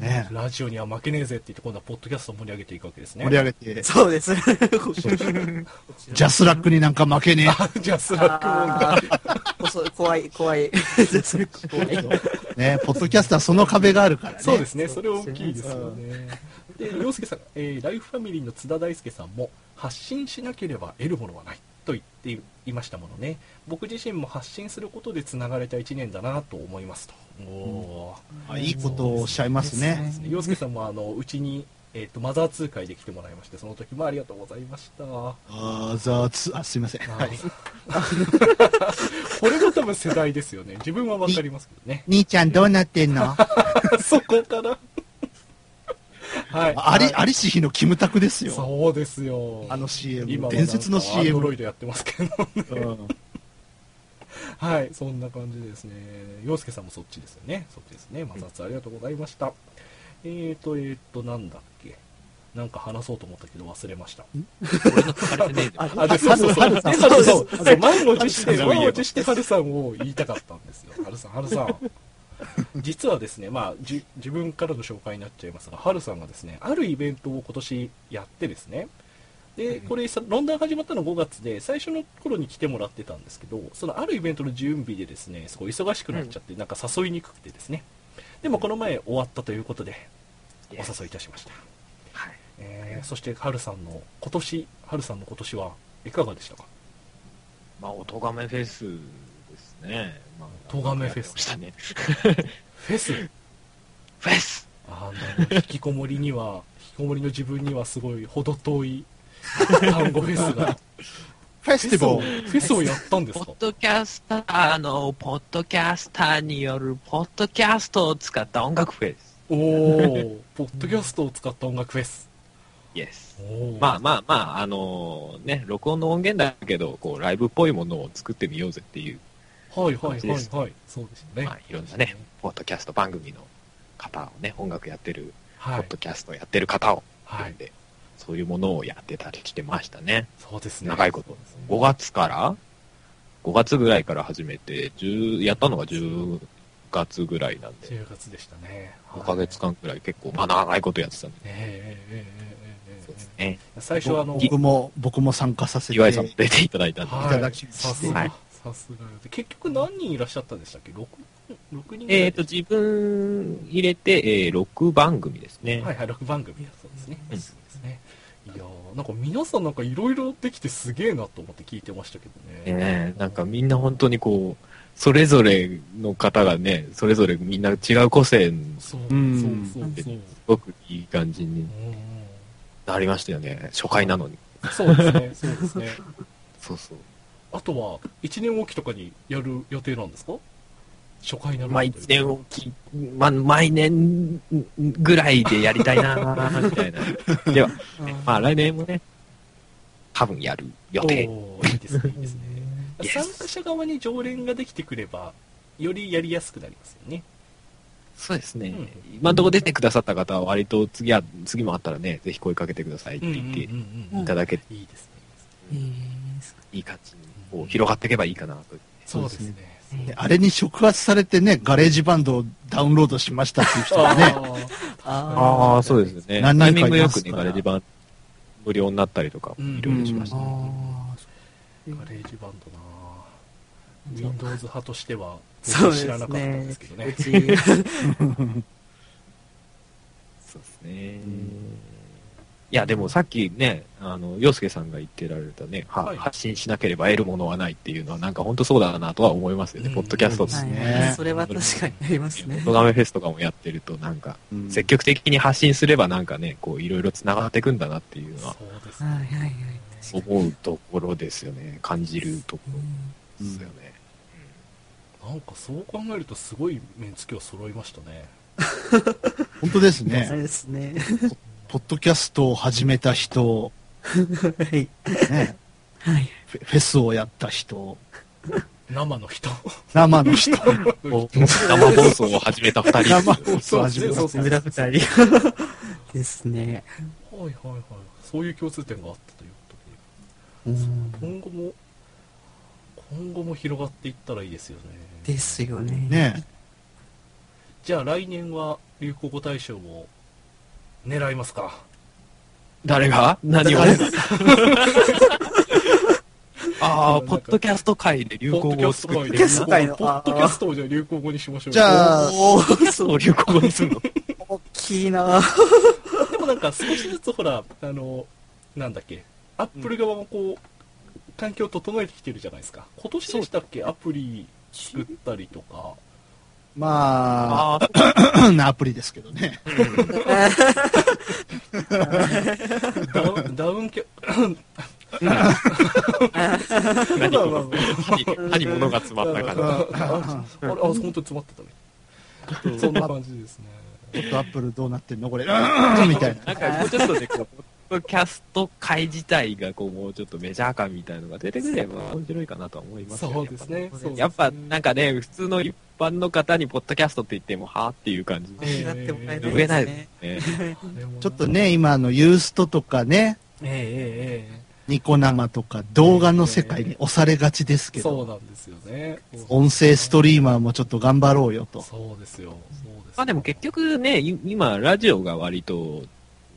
[SPEAKER 2] ね、
[SPEAKER 1] ラジオには負けねえぜって言って今度はポッドキャストを盛り上げていくわけですね
[SPEAKER 2] 盛り上げて、
[SPEAKER 3] そうです。
[SPEAKER 2] ジャスラックになんか負けね
[SPEAKER 1] じゃあ スラックもんだ
[SPEAKER 3] あーそう怖い、怖い。ですね怖い。
[SPEAKER 2] え。 ね、ポッドキャスターその壁があるからね。
[SPEAKER 1] そうですね、
[SPEAKER 3] ね
[SPEAKER 1] それ大きいですよね。で、洋介さん、えーライフファミリーの津田大介さんも、発信しなければ得るものはないと言っていましたものね、僕自身も発信することでつながれた1年だなと思いますと。お
[SPEAKER 2] あいいことをおっしゃいます
[SPEAKER 1] ーで
[SPEAKER 2] ね。
[SPEAKER 1] すね洋介さんも、あの、うちに、えっ、と、マザー2会で来てもらいまして、その時もありがとうございました。
[SPEAKER 2] あーざーつ、あ、すいません。はい。。
[SPEAKER 1] これも多分世代ですよね。自分はわかりますけどね
[SPEAKER 2] 兄ちゃんどうなってんの
[SPEAKER 1] そこから。はい。
[SPEAKER 2] あり、ありし日のキムタクですよ。
[SPEAKER 1] そうですよ。
[SPEAKER 2] あの CM。
[SPEAKER 1] 今
[SPEAKER 2] 伝説の
[SPEAKER 1] アンド
[SPEAKER 2] CM
[SPEAKER 1] ロ。イドやってますけど、
[SPEAKER 2] うん
[SPEAKER 1] はい、そんな感じですね。洋介さんもそっちですよね。そっちですね。摩擦ありがとうございました。えーと、えーと、なんだっけ。なんか話そうと思ったけど忘れま した。
[SPEAKER 4] 俺の書かれてねえで
[SPEAKER 1] あ、で、そうそうそう。
[SPEAKER 2] 春さん
[SPEAKER 1] で春そう そう満を持して、
[SPEAKER 4] 春さん
[SPEAKER 1] 満を持して春さんを言いたかったん ですよ。春さん、春さん。実はですね、まあ、じ自分からの紹介になっちゃいますが、春さんがですね、あるイベントを今年やってですね、で、これさ、ロンダン始まったの5月で、最初の頃に来てもらってたんですけど、そのあるイベントの準備でですね、すごい忙しくなっちゃって、なんか誘いにくくてですね、でもこの前終わったということで、お誘いいたしました。
[SPEAKER 4] はい
[SPEAKER 1] えーそして、春さんの、今年、春さんの今年はいかがでしたか
[SPEAKER 4] まあ、おとがめフェスですね。まあ、
[SPEAKER 1] お咎めフェス
[SPEAKER 4] やってましたね。
[SPEAKER 1] フェス
[SPEAKER 4] フェス
[SPEAKER 1] あの、引きこもりには、引きこもりの自分にはすごい程遠い単語フェスが。
[SPEAKER 2] フェ
[SPEAKER 1] フ
[SPEAKER 2] ス
[SPEAKER 1] ェ
[SPEAKER 2] ティ
[SPEAKER 1] スを、
[SPEAKER 2] バ
[SPEAKER 1] フ
[SPEAKER 2] ル。
[SPEAKER 1] ェスをやったんです
[SPEAKER 4] ポ
[SPEAKER 1] か
[SPEAKER 4] ッドキャスター、あの、ポッドキャスターによる、ポッドキャストを使った音楽フェス。
[SPEAKER 1] おおポッドキャストを使った音楽フェス。
[SPEAKER 4] イエス。
[SPEAKER 1] おー
[SPEAKER 4] まあまあまあ、あのね、録音の音源だけど、こう、ライブっぽいものを作ってみようぜっていう、
[SPEAKER 1] はいはいはいはい。そうですね。
[SPEAKER 4] まあ、いろんなね、ポッドキャスト番組の方をね、音楽やってる、
[SPEAKER 1] は
[SPEAKER 4] ポ
[SPEAKER 1] い
[SPEAKER 4] ッ。ドキャストやってる方を、
[SPEAKER 1] は
[SPEAKER 4] 呼ん
[SPEAKER 1] い。
[SPEAKER 4] で、そういうものをやってたりしてましたね。
[SPEAKER 1] そうですね。
[SPEAKER 4] 長いこと
[SPEAKER 1] そうですね。
[SPEAKER 4] 5月から5月ぐらいから始めて、10やったのが10月ぐらいなんで、
[SPEAKER 1] 10月でしたね。
[SPEAKER 4] 5ヶ月間ぐらい結構、まあ長いことやってたんで、
[SPEAKER 1] ええ。ええええええ
[SPEAKER 4] そうです
[SPEAKER 1] え
[SPEAKER 4] ね。
[SPEAKER 1] え最初はあの、
[SPEAKER 2] 僕も、僕も参加させて。
[SPEAKER 4] 岩井さんも出ていただいたんで、
[SPEAKER 1] はい
[SPEAKER 2] ただきまして
[SPEAKER 1] さす
[SPEAKER 4] は
[SPEAKER 1] が
[SPEAKER 4] い。
[SPEAKER 1] さすがよ結局何人いらっしゃったんでしたっけ ?6 人ぐらい
[SPEAKER 4] えっ、と、自分入れて、えー6番組ですね。
[SPEAKER 1] はいはい、6番組だそうですね。
[SPEAKER 4] うん
[SPEAKER 1] そうですね。いやーなんか皆さんなんかいろいろできてすげえなと思って聞いてましたけどね。
[SPEAKER 4] ねえなんかみんな本当にこう、それぞれの方がね、それぞれみんな違う個性、す
[SPEAKER 1] そう、
[SPEAKER 2] うん
[SPEAKER 1] そうそうそう。
[SPEAKER 4] ごくいい感じ
[SPEAKER 1] う
[SPEAKER 4] に
[SPEAKER 1] ん
[SPEAKER 4] なりましたよね。初回なのに。
[SPEAKER 1] そうですね、そうですね。
[SPEAKER 4] そうそう。
[SPEAKER 1] あとは、1年おきとかにやる予定なんですか初回なのに
[SPEAKER 4] まあ、一年をき、まあ、毎年ぐらいでやりたいな、みたいな。では、まあ、来年もね、多分やる予定。
[SPEAKER 1] おーいいですね、いいですね。
[SPEAKER 4] Yes
[SPEAKER 1] 参加者側に常連ができてくれば、よりやりやすくなりますよね。
[SPEAKER 4] そうですね。
[SPEAKER 1] うん
[SPEAKER 4] 今んとこ出てくださった方は、割と次は、次もあったらね、ぜひ声かけてくださいって言ってい
[SPEAKER 1] うんうんうん
[SPEAKER 4] ただけ、
[SPEAKER 1] いいですね。
[SPEAKER 4] いい感じに、こう、広がっていけばいいかなと。
[SPEAKER 1] そうですね。
[SPEAKER 2] ねあれに触発されてね、ガレージバンドをダウンロードしましたっていう人がね、
[SPEAKER 1] あー
[SPEAKER 3] あ
[SPEAKER 4] あ、そうですね
[SPEAKER 2] 何
[SPEAKER 4] タイ
[SPEAKER 2] 人か
[SPEAKER 4] ミングよく
[SPEAKER 2] い
[SPEAKER 4] ね、
[SPEAKER 2] ますから
[SPEAKER 4] ガレージ版無料になったりとか、
[SPEAKER 1] うん
[SPEAKER 4] いろいろしました。
[SPEAKER 2] うん
[SPEAKER 3] あ。
[SPEAKER 1] ガレージバンドなぁ
[SPEAKER 3] そう
[SPEAKER 1] Windows 派としては僕
[SPEAKER 3] そ
[SPEAKER 1] は
[SPEAKER 3] う
[SPEAKER 1] 知らな
[SPEAKER 3] です
[SPEAKER 1] かったんで
[SPEAKER 3] ね
[SPEAKER 1] すけど。ね
[SPEAKER 3] うち、
[SPEAKER 4] そうですね。いや、でもさっきね、あの、洋介さんが言ってられたね、は
[SPEAKER 1] はい
[SPEAKER 4] 発信しなければ得るものはないっていうのは、なんか本当そうだなとは思いますよね、
[SPEAKER 1] うん
[SPEAKER 4] ポッドキャストです
[SPEAKER 3] は
[SPEAKER 4] ね。
[SPEAKER 2] ね
[SPEAKER 3] い。それは確かになりますね
[SPEAKER 4] ド。ガメフェスとかもやってると、なんか、
[SPEAKER 2] うん
[SPEAKER 4] 積極的に発信すれば、なんかね、こう、いろいろ繋がっていくんだなっていうのは、
[SPEAKER 1] そうです
[SPEAKER 3] はいはい
[SPEAKER 1] ね
[SPEAKER 3] はい。
[SPEAKER 4] 思うところですよね。感じるところですよね。
[SPEAKER 1] なんかそう考えるとすごいメンツ今日揃いましたね
[SPEAKER 2] 本当です
[SPEAKER 3] そう
[SPEAKER 2] ね。
[SPEAKER 3] ですね。
[SPEAKER 2] ポッドキャストを始めた人、
[SPEAKER 3] はい。
[SPEAKER 2] ね、
[SPEAKER 3] はい。
[SPEAKER 2] フェフェスをやった人、
[SPEAKER 1] 生の人
[SPEAKER 2] 生の人、
[SPEAKER 4] こう生放送を始めた二人。
[SPEAKER 2] 生放送を始めた
[SPEAKER 1] そうそ
[SPEAKER 2] 人
[SPEAKER 1] うそう
[SPEAKER 3] 村二人 ですね。
[SPEAKER 1] はいはいはいそういう共通点があったということで、
[SPEAKER 3] う
[SPEAKER 1] 今
[SPEAKER 3] ん
[SPEAKER 1] 後も今後も広がっていったらいいですよね
[SPEAKER 3] ですよね。
[SPEAKER 2] ね
[SPEAKER 1] じゃあ来年は流行語大賞も狙いますか
[SPEAKER 4] 誰が何 をああ、ポッドキャスト界で流行語を作って
[SPEAKER 1] ポ
[SPEAKER 4] る
[SPEAKER 3] スト界で
[SPEAKER 1] ポッドキャストをじゃあ流行語にしましょう
[SPEAKER 2] じゃあ、
[SPEAKER 3] おー、そう
[SPEAKER 4] を流行語にするの
[SPEAKER 3] 大き いなぁ
[SPEAKER 1] でもなんか少しずつほらあのなんだっけアップル側もこう環境を整えてきてるじゃないですか今年でしたっけアプリ作ったりとか
[SPEAKER 2] ま
[SPEAKER 4] あ
[SPEAKER 2] あ、 アプリですけどね。
[SPEAKER 1] ダウンダウンキャ
[SPEAKER 4] あ、
[SPEAKER 1] ま
[SPEAKER 4] 何
[SPEAKER 1] あ
[SPEAKER 4] こ
[SPEAKER 1] ま
[SPEAKER 4] の歯に歯に物が詰まった
[SPEAKER 1] あ
[SPEAKER 4] 感
[SPEAKER 1] ああれあ本当に詰まってたねそんな感じですね
[SPEAKER 2] ちょっとアップルどうなってんのこれ、みたい
[SPEAKER 4] じ。
[SPEAKER 2] な。
[SPEAKER 4] なんかもうちょっとで、こう、ポッドキャスト界自体が、こう、もうちょっとメジャー感みたいのが出てくれば面白いかなとは思いますよ
[SPEAKER 1] そうですねそうですね
[SPEAKER 4] やっぱなんかね、普通の一般の方にポッドキャストって言っても、はあっていう感じで。
[SPEAKER 1] え
[SPEAKER 3] なってもら
[SPEAKER 1] え
[SPEAKER 3] えないで
[SPEAKER 1] ー
[SPEAKER 3] す
[SPEAKER 4] 言えないで
[SPEAKER 3] ね。
[SPEAKER 4] すね。
[SPEAKER 2] ちょっとね、今あのユーストとかね、
[SPEAKER 1] えええええ
[SPEAKER 2] ニコ生とか動画の世界に押されがちです
[SPEAKER 1] え
[SPEAKER 2] け
[SPEAKER 1] そう
[SPEAKER 2] ど、
[SPEAKER 1] なんですよね
[SPEAKER 2] 音声ストリーマーもちょっと頑張ろうよと。
[SPEAKER 1] そうですよそうですよ
[SPEAKER 4] まあでも結局ね、い今、ラジオが割と、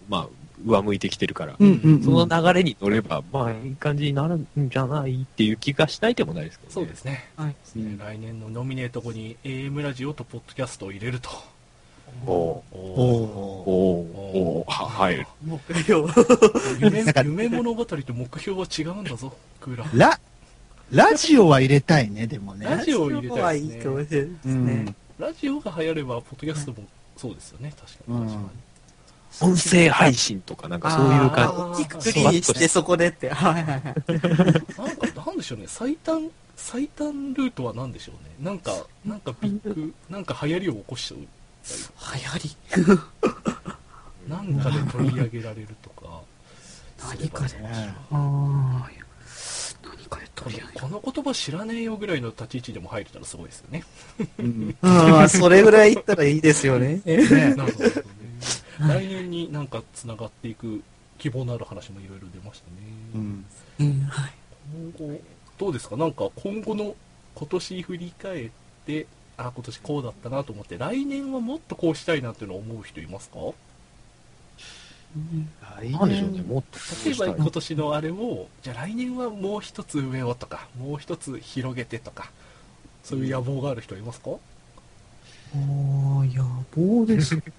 [SPEAKER 4] まあ、上向いてきてるから、
[SPEAKER 2] うんうん、うん。
[SPEAKER 4] その流れに乗れば、まあ、いい感じになるんじゃないっていう気がしないでもないですけど、ね。
[SPEAKER 1] そうですね,、
[SPEAKER 3] はい
[SPEAKER 2] うん
[SPEAKER 1] 来年のノミネート後に AM ラジオとポッドキャストを入れると
[SPEAKER 4] お
[SPEAKER 1] お
[SPEAKER 4] う
[SPEAKER 2] おー
[SPEAKER 4] おうおうは、はい。
[SPEAKER 3] もうよ。
[SPEAKER 1] 夢
[SPEAKER 2] なんか
[SPEAKER 1] 夢物語と目標は違うんだぞクーラー
[SPEAKER 2] ラ、ラジオは入れたいね、でも
[SPEAKER 1] ラ
[SPEAKER 2] ね。
[SPEAKER 1] ジオを入れたいですね
[SPEAKER 3] ラジオはいいかもしれないです
[SPEAKER 2] う
[SPEAKER 3] ね
[SPEAKER 2] ん。。
[SPEAKER 1] ラジオが流行ればポッドキャストもそうですよね確かに
[SPEAKER 2] うん
[SPEAKER 1] 確かに
[SPEAKER 4] 音声配信とかなんかそういう感じ。
[SPEAKER 1] あー
[SPEAKER 3] 大きくクリーンしてそこでって。はいはいはい。
[SPEAKER 1] なんか、なんでしょうね、最短、最短ルートは何でしょうね。なんか、なんかビッグ、なんか流行りを起こしちゃう。
[SPEAKER 3] 流行り。
[SPEAKER 1] なんかで取り上げられるとか。
[SPEAKER 3] 何かで
[SPEAKER 1] ね。
[SPEAKER 3] あー何かで取り上げ
[SPEAKER 1] この言葉知らねえよぐらいの立ち位置でも入れたらすごいですよね。
[SPEAKER 2] うんね
[SPEAKER 3] ああ、それぐらいいったらいいですよね。
[SPEAKER 1] なるほどね。来年になんか繋がっていく希望のある話もいろいろ出ました
[SPEAKER 2] う
[SPEAKER 1] ね。
[SPEAKER 2] ん
[SPEAKER 3] うん、はい。
[SPEAKER 1] 今後、どうですかなんか今後の今年振り返って、あ、今年こうだったなと思って、来年はもっとこうしたいなっていうのを思う人いますか
[SPEAKER 4] なんでしょうね、もっと。
[SPEAKER 1] 例えば今年のあれをじゃあ来年はもう一つ上をとかもう一つ広げてとかそういう野望がある人いますか、
[SPEAKER 3] おー、野望です。
[SPEAKER 4] まあ、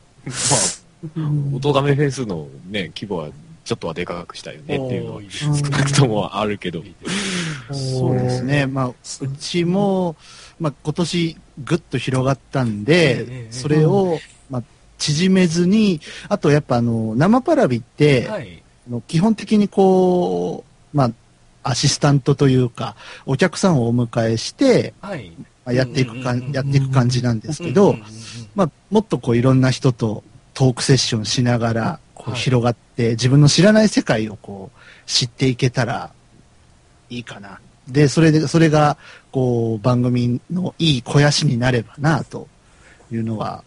[SPEAKER 4] おとがめフェスのね、規模はちょっとはでかくしたいよねっていうのは
[SPEAKER 1] おーいいです
[SPEAKER 4] 少
[SPEAKER 1] ね
[SPEAKER 4] なくともあるけど。
[SPEAKER 1] いいですね
[SPEAKER 2] そうですね。まあ、うちも、まあ、今年ぐっと広がったんで、
[SPEAKER 1] ええ
[SPEAKER 2] それを、まあ、縮めずに、あとやっぱあの、生パラビって、
[SPEAKER 1] はい
[SPEAKER 2] あの基本的にこう、まあ、アシスタントというか、お客さんをお迎えして、
[SPEAKER 1] はい
[SPEAKER 2] まあ、やっていくか
[SPEAKER 1] うんうんうんうん
[SPEAKER 2] ん、やっていく感じなんですけ
[SPEAKER 1] う
[SPEAKER 2] ど、
[SPEAKER 1] んうんうん
[SPEAKER 2] まあ、もっとこういろんな人とトークセッションしながら、こう
[SPEAKER 1] はい
[SPEAKER 2] 広がって、自分の知らない世界をこう知っていけたらいいかな。で、それで、それが、こう、番組のいい肥やしになればな、というのは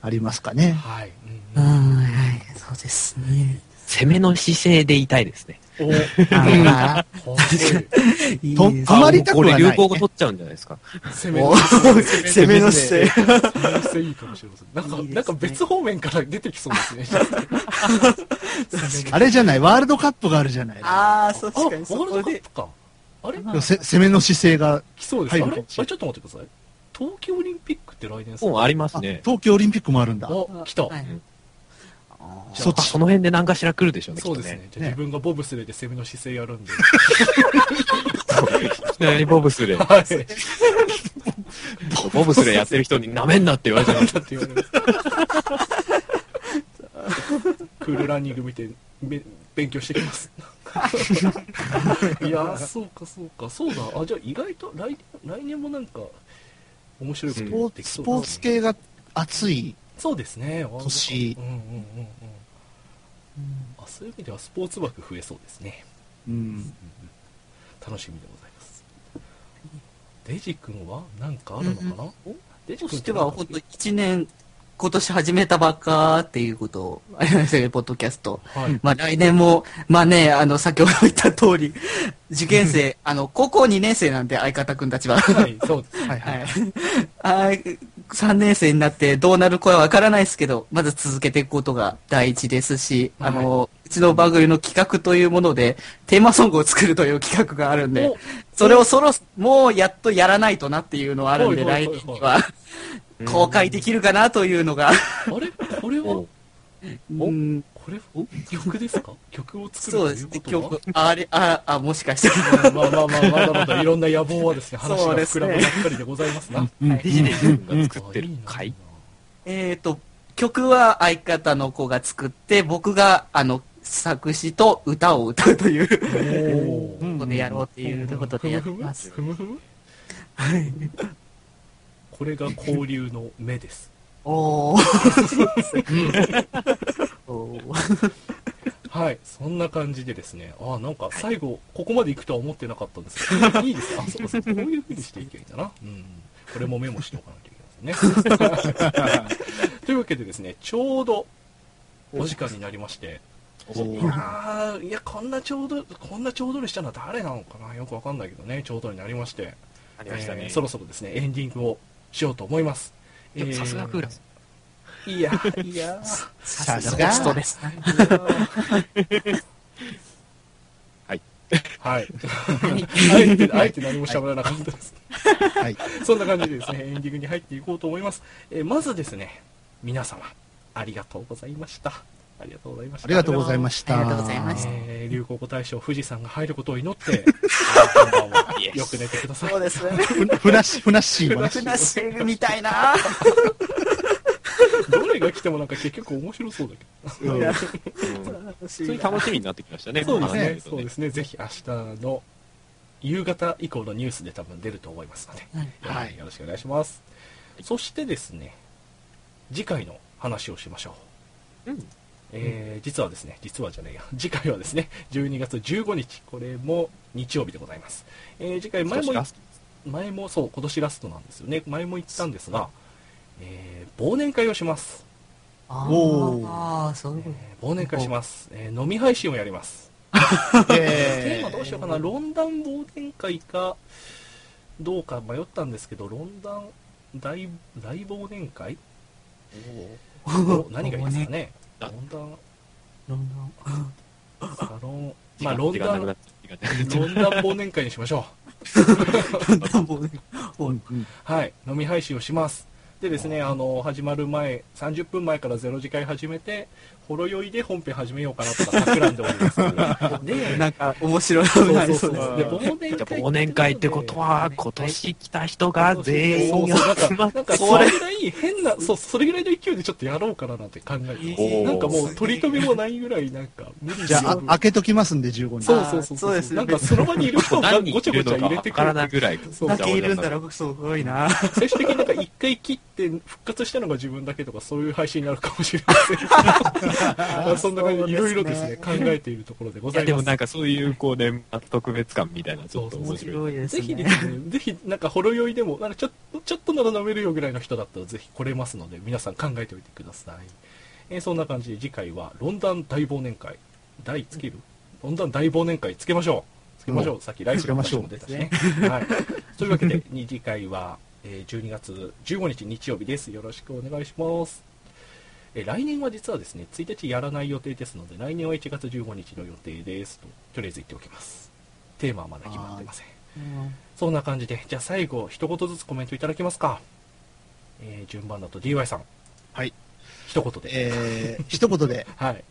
[SPEAKER 2] ありますか
[SPEAKER 1] うん
[SPEAKER 2] ね。
[SPEAKER 1] はい、
[SPEAKER 3] うん、
[SPEAKER 1] うん
[SPEAKER 3] はい、そうですね。
[SPEAKER 4] 攻めの姿勢でいたいですね。
[SPEAKER 1] おか
[SPEAKER 3] あ
[SPEAKER 1] っこい
[SPEAKER 3] ーいい
[SPEAKER 2] と
[SPEAKER 3] です
[SPEAKER 2] 止まりたくはない
[SPEAKER 4] あもうこれ流行語取っちゃうんじゃないですか。
[SPEAKER 1] い攻
[SPEAKER 3] お攻めの姿勢。
[SPEAKER 1] 攻めの姿勢いいかもしれませんなんか
[SPEAKER 3] いいですね
[SPEAKER 1] なんか別方面から出てきそうですね
[SPEAKER 2] あれじゃない、ワールドカップがあるじゃない。
[SPEAKER 3] ああ、
[SPEAKER 1] あ
[SPEAKER 3] そう
[SPEAKER 1] ワ
[SPEAKER 3] 確かにそ
[SPEAKER 1] ールド
[SPEAKER 3] こ
[SPEAKER 1] カッ
[SPEAKER 3] で。
[SPEAKER 1] プかあれ
[SPEAKER 2] せ攻めの姿勢が、
[SPEAKER 1] 来そうですかあ
[SPEAKER 2] 入
[SPEAKER 1] れ
[SPEAKER 2] る
[SPEAKER 1] あれちょっと待ってください東京オリンピックって来年ですか
[SPEAKER 4] もうあります
[SPEAKER 2] あ
[SPEAKER 4] ね。
[SPEAKER 2] 東京オリンピックもあるんだ。
[SPEAKER 1] あ来た、
[SPEAKER 3] はい
[SPEAKER 1] じゃあ
[SPEAKER 2] そっ
[SPEAKER 4] あ
[SPEAKER 2] ち
[SPEAKER 4] そ。の辺で何かしら来るでしょうね、
[SPEAKER 1] そうですね。じゃあ
[SPEAKER 2] ね
[SPEAKER 1] 自分がボブスレーで攻めの姿勢やるんで。
[SPEAKER 4] きっとね。いきなりボブスレー。
[SPEAKER 1] はい。だ
[SPEAKER 4] ボブスレーやってる人に舐めんなって言われ ちゃう。
[SPEAKER 1] って言われます。クールランニング見て、べ勉強してきます。いやー、そうか、そうか。そうだ。あ、じゃあ意外と来年、来年もなんか、面白いこと
[SPEAKER 2] ス
[SPEAKER 1] や
[SPEAKER 2] ポ
[SPEAKER 1] って
[SPEAKER 2] ー
[SPEAKER 1] き
[SPEAKER 2] ツ
[SPEAKER 1] そ
[SPEAKER 2] ス
[SPEAKER 1] う
[SPEAKER 2] ポー
[SPEAKER 1] です
[SPEAKER 2] ツ
[SPEAKER 1] ね
[SPEAKER 2] 系が熱い。
[SPEAKER 1] そうですね。
[SPEAKER 2] 年
[SPEAKER 1] うんうんうんうん。あ、そういう意味ではスポーツ枠増えそうですね。
[SPEAKER 2] うん。
[SPEAKER 1] 楽しみでございます。デジ君は何かあるのかな、デジ
[SPEAKER 3] と
[SPEAKER 1] 君
[SPEAKER 3] しては、ほんと1年今年始めたばっかっていうことを、あれなんですよね、ポッドキャスト。
[SPEAKER 1] はい。
[SPEAKER 3] まあ来年も、まあね、あの、先ほど言った通り、受験 生、あの、高校2年生なんで、相方くんたちは。
[SPEAKER 1] はい、そうです。はい
[SPEAKER 3] はい。 あ3年生になってどうなるかはわからないですけど、まず続けていくことが第一ですし、あの、うちの番組の企画というもので、テーマソングを作るという企画があるんで
[SPEAKER 1] お、
[SPEAKER 3] それをそろ、もうやっとやらないとなっていうのはあるんで、
[SPEAKER 1] ほいほい
[SPEAKER 3] 来
[SPEAKER 1] ほい
[SPEAKER 3] 年
[SPEAKER 1] ほい
[SPEAKER 3] には公開できるかなというのが、
[SPEAKER 1] あれこれは
[SPEAKER 4] お、
[SPEAKER 1] お
[SPEAKER 3] うん
[SPEAKER 1] これ、曲ですか曲を作
[SPEAKER 3] そう
[SPEAKER 1] る
[SPEAKER 3] で
[SPEAKER 1] とい
[SPEAKER 3] す
[SPEAKER 1] う
[SPEAKER 3] ね、
[SPEAKER 1] ことは
[SPEAKER 3] 曲、あれ、あ、あ、もしかしたら。
[SPEAKER 1] まあまあまあ、まだまだいろんな野望はですね、話
[SPEAKER 3] そう
[SPEAKER 1] が
[SPEAKER 3] です
[SPEAKER 1] 膨
[SPEAKER 3] ね
[SPEAKER 1] らむばっかりでございますな。
[SPEAKER 4] ビジネスが作ってる回
[SPEAKER 3] えっ、と、曲は相方の子が作って、僕が、あの、作詞と歌を歌うという
[SPEAKER 1] お
[SPEAKER 2] う
[SPEAKER 1] ー
[SPEAKER 2] ん
[SPEAKER 3] ことでやろうっていうことでやってます。
[SPEAKER 1] ふむふむ
[SPEAKER 3] はい。
[SPEAKER 1] これが交流の目です。
[SPEAKER 3] おー。
[SPEAKER 1] はい、そんな感じでですね、ああ、なんか最後、ここまで行くとは思ってなかったんですけど、いいですか、あそうかそうか、こういう風にしていけばいいんだな。うん。これもメモしておかなきゃいけないですね。 というわけでですね、ちょうどお時間になりまして、いやーいや、こんなちょうど、こんなちょうどにしたのは誰なのかなよくわかんないけどね、ちょうどになりまして、
[SPEAKER 4] ありました
[SPEAKER 1] え
[SPEAKER 4] ね
[SPEAKER 1] ー。そろそろですね、エンディングをしようと思います。
[SPEAKER 4] でもさすがクーラーさん
[SPEAKER 1] えーいや、いやー、
[SPEAKER 3] さ
[SPEAKER 2] すが
[SPEAKER 3] すがホストです。
[SPEAKER 1] は
[SPEAKER 4] はい。
[SPEAKER 1] い。あえて、あえて何も喋らなかったです。
[SPEAKER 2] はい。
[SPEAKER 1] そんな感じでですね、エンディングに入っていこうと思います。えーまずですね、皆様、ありがとうございました。ありがとうございました。
[SPEAKER 2] ありがとうございました。
[SPEAKER 3] ありがとうございました
[SPEAKER 1] えー流行語大賞、富士山が入ることを祈 って、あーこんばんは
[SPEAKER 4] Yes
[SPEAKER 1] よく寝てください。
[SPEAKER 3] そうですね。
[SPEAKER 2] ふふなっし、ふなっしーもね
[SPEAKER 3] ふなっしーみたいな。
[SPEAKER 1] どれが来てもなんか結局面白そうだけ
[SPEAKER 2] うん
[SPEAKER 4] 普通に楽しみになってきましたね。
[SPEAKER 1] ど。そうですね。
[SPEAKER 4] 考えると
[SPEAKER 1] そうですね。ぜひ明日の夕方以降のニュースで多分出ると思いますので。
[SPEAKER 2] は
[SPEAKER 1] はいい、よろしくお願いします。そしてですね、次回の話をしましょう。
[SPEAKER 4] うん
[SPEAKER 1] えー実はですね、実はじゃねえや、 次回はですね、12月15日、これも日曜日でございます。えー次回前
[SPEAKER 4] 少し
[SPEAKER 1] も
[SPEAKER 4] ラスト
[SPEAKER 1] 前もそう今年ラストなんですよね前も言ったんですが、えー忘年会をします、
[SPEAKER 2] おー
[SPEAKER 3] ああ、そういう
[SPEAKER 1] え
[SPEAKER 3] こ
[SPEAKER 1] ー忘年会します、えー飲み配信をやりますテー
[SPEAKER 2] え
[SPEAKER 1] マどうしようかな論壇忘年会かどうか迷ったんですけど論壇大大忘年会
[SPEAKER 3] と
[SPEAKER 1] お。何がいいですか
[SPEAKER 3] ね。
[SPEAKER 1] ね
[SPEAKER 4] 忘
[SPEAKER 1] 論壇
[SPEAKER 3] うん
[SPEAKER 1] サロン
[SPEAKER 4] 時
[SPEAKER 1] まあ
[SPEAKER 4] 間
[SPEAKER 1] 論
[SPEAKER 4] 時間な
[SPEAKER 1] 壇
[SPEAKER 4] く
[SPEAKER 1] 論
[SPEAKER 4] なっちゃう時間なくなっちゃう
[SPEAKER 1] 壇忘年会にしましょうはい、飲み配信をします。でですね、あの、始まる前、30分前から0時会始めて、ほろ酔いで本編始めようかなとか企んでおります。で、
[SPEAKER 3] なんか、面白い
[SPEAKER 1] そう
[SPEAKER 3] のがあ
[SPEAKER 1] そ
[SPEAKER 3] り
[SPEAKER 1] う
[SPEAKER 3] そ
[SPEAKER 1] そうう。
[SPEAKER 3] で。
[SPEAKER 1] です忘年
[SPEAKER 4] じゃあ
[SPEAKER 1] 会
[SPEAKER 4] 忘年会ってことは、今年来た人が全員
[SPEAKER 1] そうそうなんか、なんか
[SPEAKER 3] 集ま
[SPEAKER 1] そ
[SPEAKER 3] って
[SPEAKER 1] れぐらい変な、そう、それぐらいの勢いでちょっとやろうかななんて考えてます
[SPEAKER 4] おー
[SPEAKER 1] なんかもう取り留めもないぐらい、なんか、無理
[SPEAKER 2] じゃあ、あ開
[SPEAKER 1] あ、
[SPEAKER 2] けときますんで、15日。
[SPEAKER 1] そうそうそう。
[SPEAKER 3] そうですね
[SPEAKER 1] なんかその場にいる人をなん
[SPEAKER 4] 何
[SPEAKER 1] かご
[SPEAKER 4] 人
[SPEAKER 1] ちゃ
[SPEAKER 4] いる
[SPEAKER 1] ごちゃ入
[SPEAKER 4] のか
[SPEAKER 1] れ
[SPEAKER 4] わ
[SPEAKER 1] て
[SPEAKER 4] か
[SPEAKER 1] く
[SPEAKER 4] ら
[SPEAKER 1] る。
[SPEAKER 4] ないぐらい。
[SPEAKER 1] そう
[SPEAKER 3] だけいるんだろう、すごいな。
[SPEAKER 1] 最終的になんか一回切って復活したのが自分だけとかそういう配信になるかもしれませんけどまあそんな感じでいろいろですね考えているところでご
[SPEAKER 4] い
[SPEAKER 1] ざ
[SPEAKER 4] や
[SPEAKER 1] い
[SPEAKER 4] で
[SPEAKER 1] ま
[SPEAKER 4] も
[SPEAKER 1] す
[SPEAKER 4] なんかそういうこう年末特別感みたいなちょっと面
[SPEAKER 3] 面
[SPEAKER 4] 白い。
[SPEAKER 3] 白いです
[SPEAKER 1] ぜひで
[SPEAKER 3] ね。
[SPEAKER 1] すね、ぜひなんかほろ酔いでも、なんかちょっと、ちょっとなら飲めるよぐらいの人だったらぜひ来れますので、皆さん考えておいてください。えーそんな感じで次回は、ロンダン大忘年会。大つけるロンダン大忘年会つけましょう。つけましょう。さっき来週の話も出たしね。はい。というわけで、に次回は、えー12月15日日曜日です。よろしくお願いします。えー来年は実はですね、1日やらない予定ですので、来年は1月15日の予定ですと、とりあえず言っておきます。テーマはまだ決まってません。そんな感じで、じゃあ最後、一言ずつコメントいただけますか。えー順番だと DY さん。
[SPEAKER 2] はい。
[SPEAKER 1] 一言で。
[SPEAKER 2] えー、一言で、
[SPEAKER 1] はい。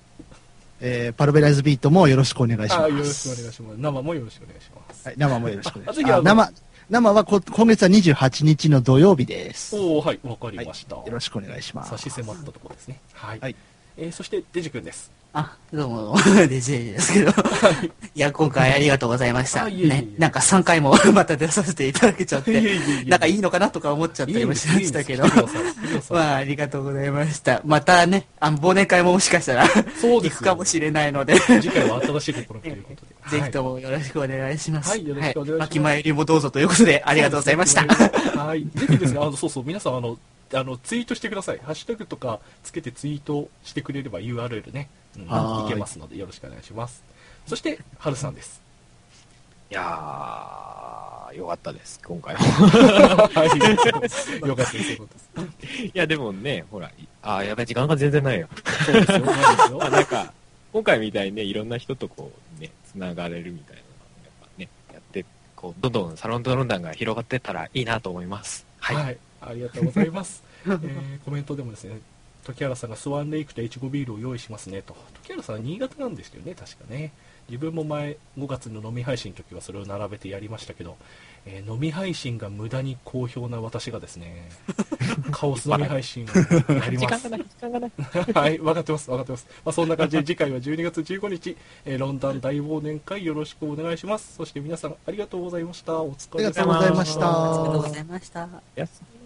[SPEAKER 2] えー、パルベライズビートもよろしくお願いします。
[SPEAKER 1] あーよろしくお願いします。生もよろしくお願いします。
[SPEAKER 2] はい、生もよろしくお願いし
[SPEAKER 1] あ次
[SPEAKER 2] ます。
[SPEAKER 1] は
[SPEAKER 2] あ生、生はこ今月は28日の土曜日です。よ
[SPEAKER 1] おおはい、わかりました。
[SPEAKER 2] ろしくお願いします
[SPEAKER 1] 差。し迫ったところですね。はい。
[SPEAKER 2] はい
[SPEAKER 1] えーそして、デジ君です。
[SPEAKER 3] あ、どうも、DJ ですけど。
[SPEAKER 1] はい。
[SPEAKER 3] いや、今回ありがとうございました。
[SPEAKER 1] あいえいえいえ
[SPEAKER 3] ね、なんか3回も また出させていただけちゃっ
[SPEAKER 1] いえいえ
[SPEAKER 3] て、
[SPEAKER 1] いえ
[SPEAKER 3] なんかいいのかなとか思っちゃった
[SPEAKER 1] いい
[SPEAKER 3] り
[SPEAKER 1] ん
[SPEAKER 3] も
[SPEAKER 1] で
[SPEAKER 3] し
[SPEAKER 1] す
[SPEAKER 3] ましたけど
[SPEAKER 1] いいん。です企業さん企業さん
[SPEAKER 3] まあ、ありがとうございました。またね、あ忘年会ももしかしたら
[SPEAKER 1] そうで
[SPEAKER 3] 行
[SPEAKER 1] すよ
[SPEAKER 3] くかもしれないので、。
[SPEAKER 1] 次回は新しい試みということで
[SPEAKER 3] ぜひともよろしくお願いします。
[SPEAKER 1] はいよろしくお願いします
[SPEAKER 3] 巻き参りもどうぞということで、ありがとうございました。
[SPEAKER 1] はい。ぜひですね、あの、そうそう、皆さん、あの、あのツイートしてください。ハッシュタグとかつけてツイートしてくれれば URL ね、うん、
[SPEAKER 2] はい
[SPEAKER 1] いけますのでよろしくお願いします。そして、はるさんです。
[SPEAKER 4] いやー、よかったです、今回も。
[SPEAKER 1] はい。よかったです。そうです
[SPEAKER 4] いや、でもね、ほら、いあー、やべ、時間が全然ないよ。
[SPEAKER 1] そうですよ。そうですよ
[SPEAKER 4] ま あ、なんか、今回みたいにね、いろんな人とこう、ね、つながれるみたいなのがやっぱね、やって、こう、どんどんサロンドロンダンが広がってったらいいなと思います。はい。
[SPEAKER 1] はい、ありがとうござい ます、えーコメントでもですね時原さんがスワンレイクとイチゴビールを用意しますねと時原さんは新潟なんですけどね確かね自分も前5月の飲み配信の時はそれを並べてやりましたけど、えー飲み配信が無駄に好評な私がです ねカオス飲み配信をやり
[SPEAKER 4] 時
[SPEAKER 1] ま
[SPEAKER 4] 間
[SPEAKER 1] す
[SPEAKER 4] がない、時間がない。
[SPEAKER 1] はい、分かってます、分かってます。まあ、そんな感じで次回は12月15日、えー、ロンダン大忘年会よろしくお願いします。そして皆さんありがとうございました。お疲れ様でした
[SPEAKER 2] ありがとうございました
[SPEAKER 3] ありがとうございました。
[SPEAKER 4] やす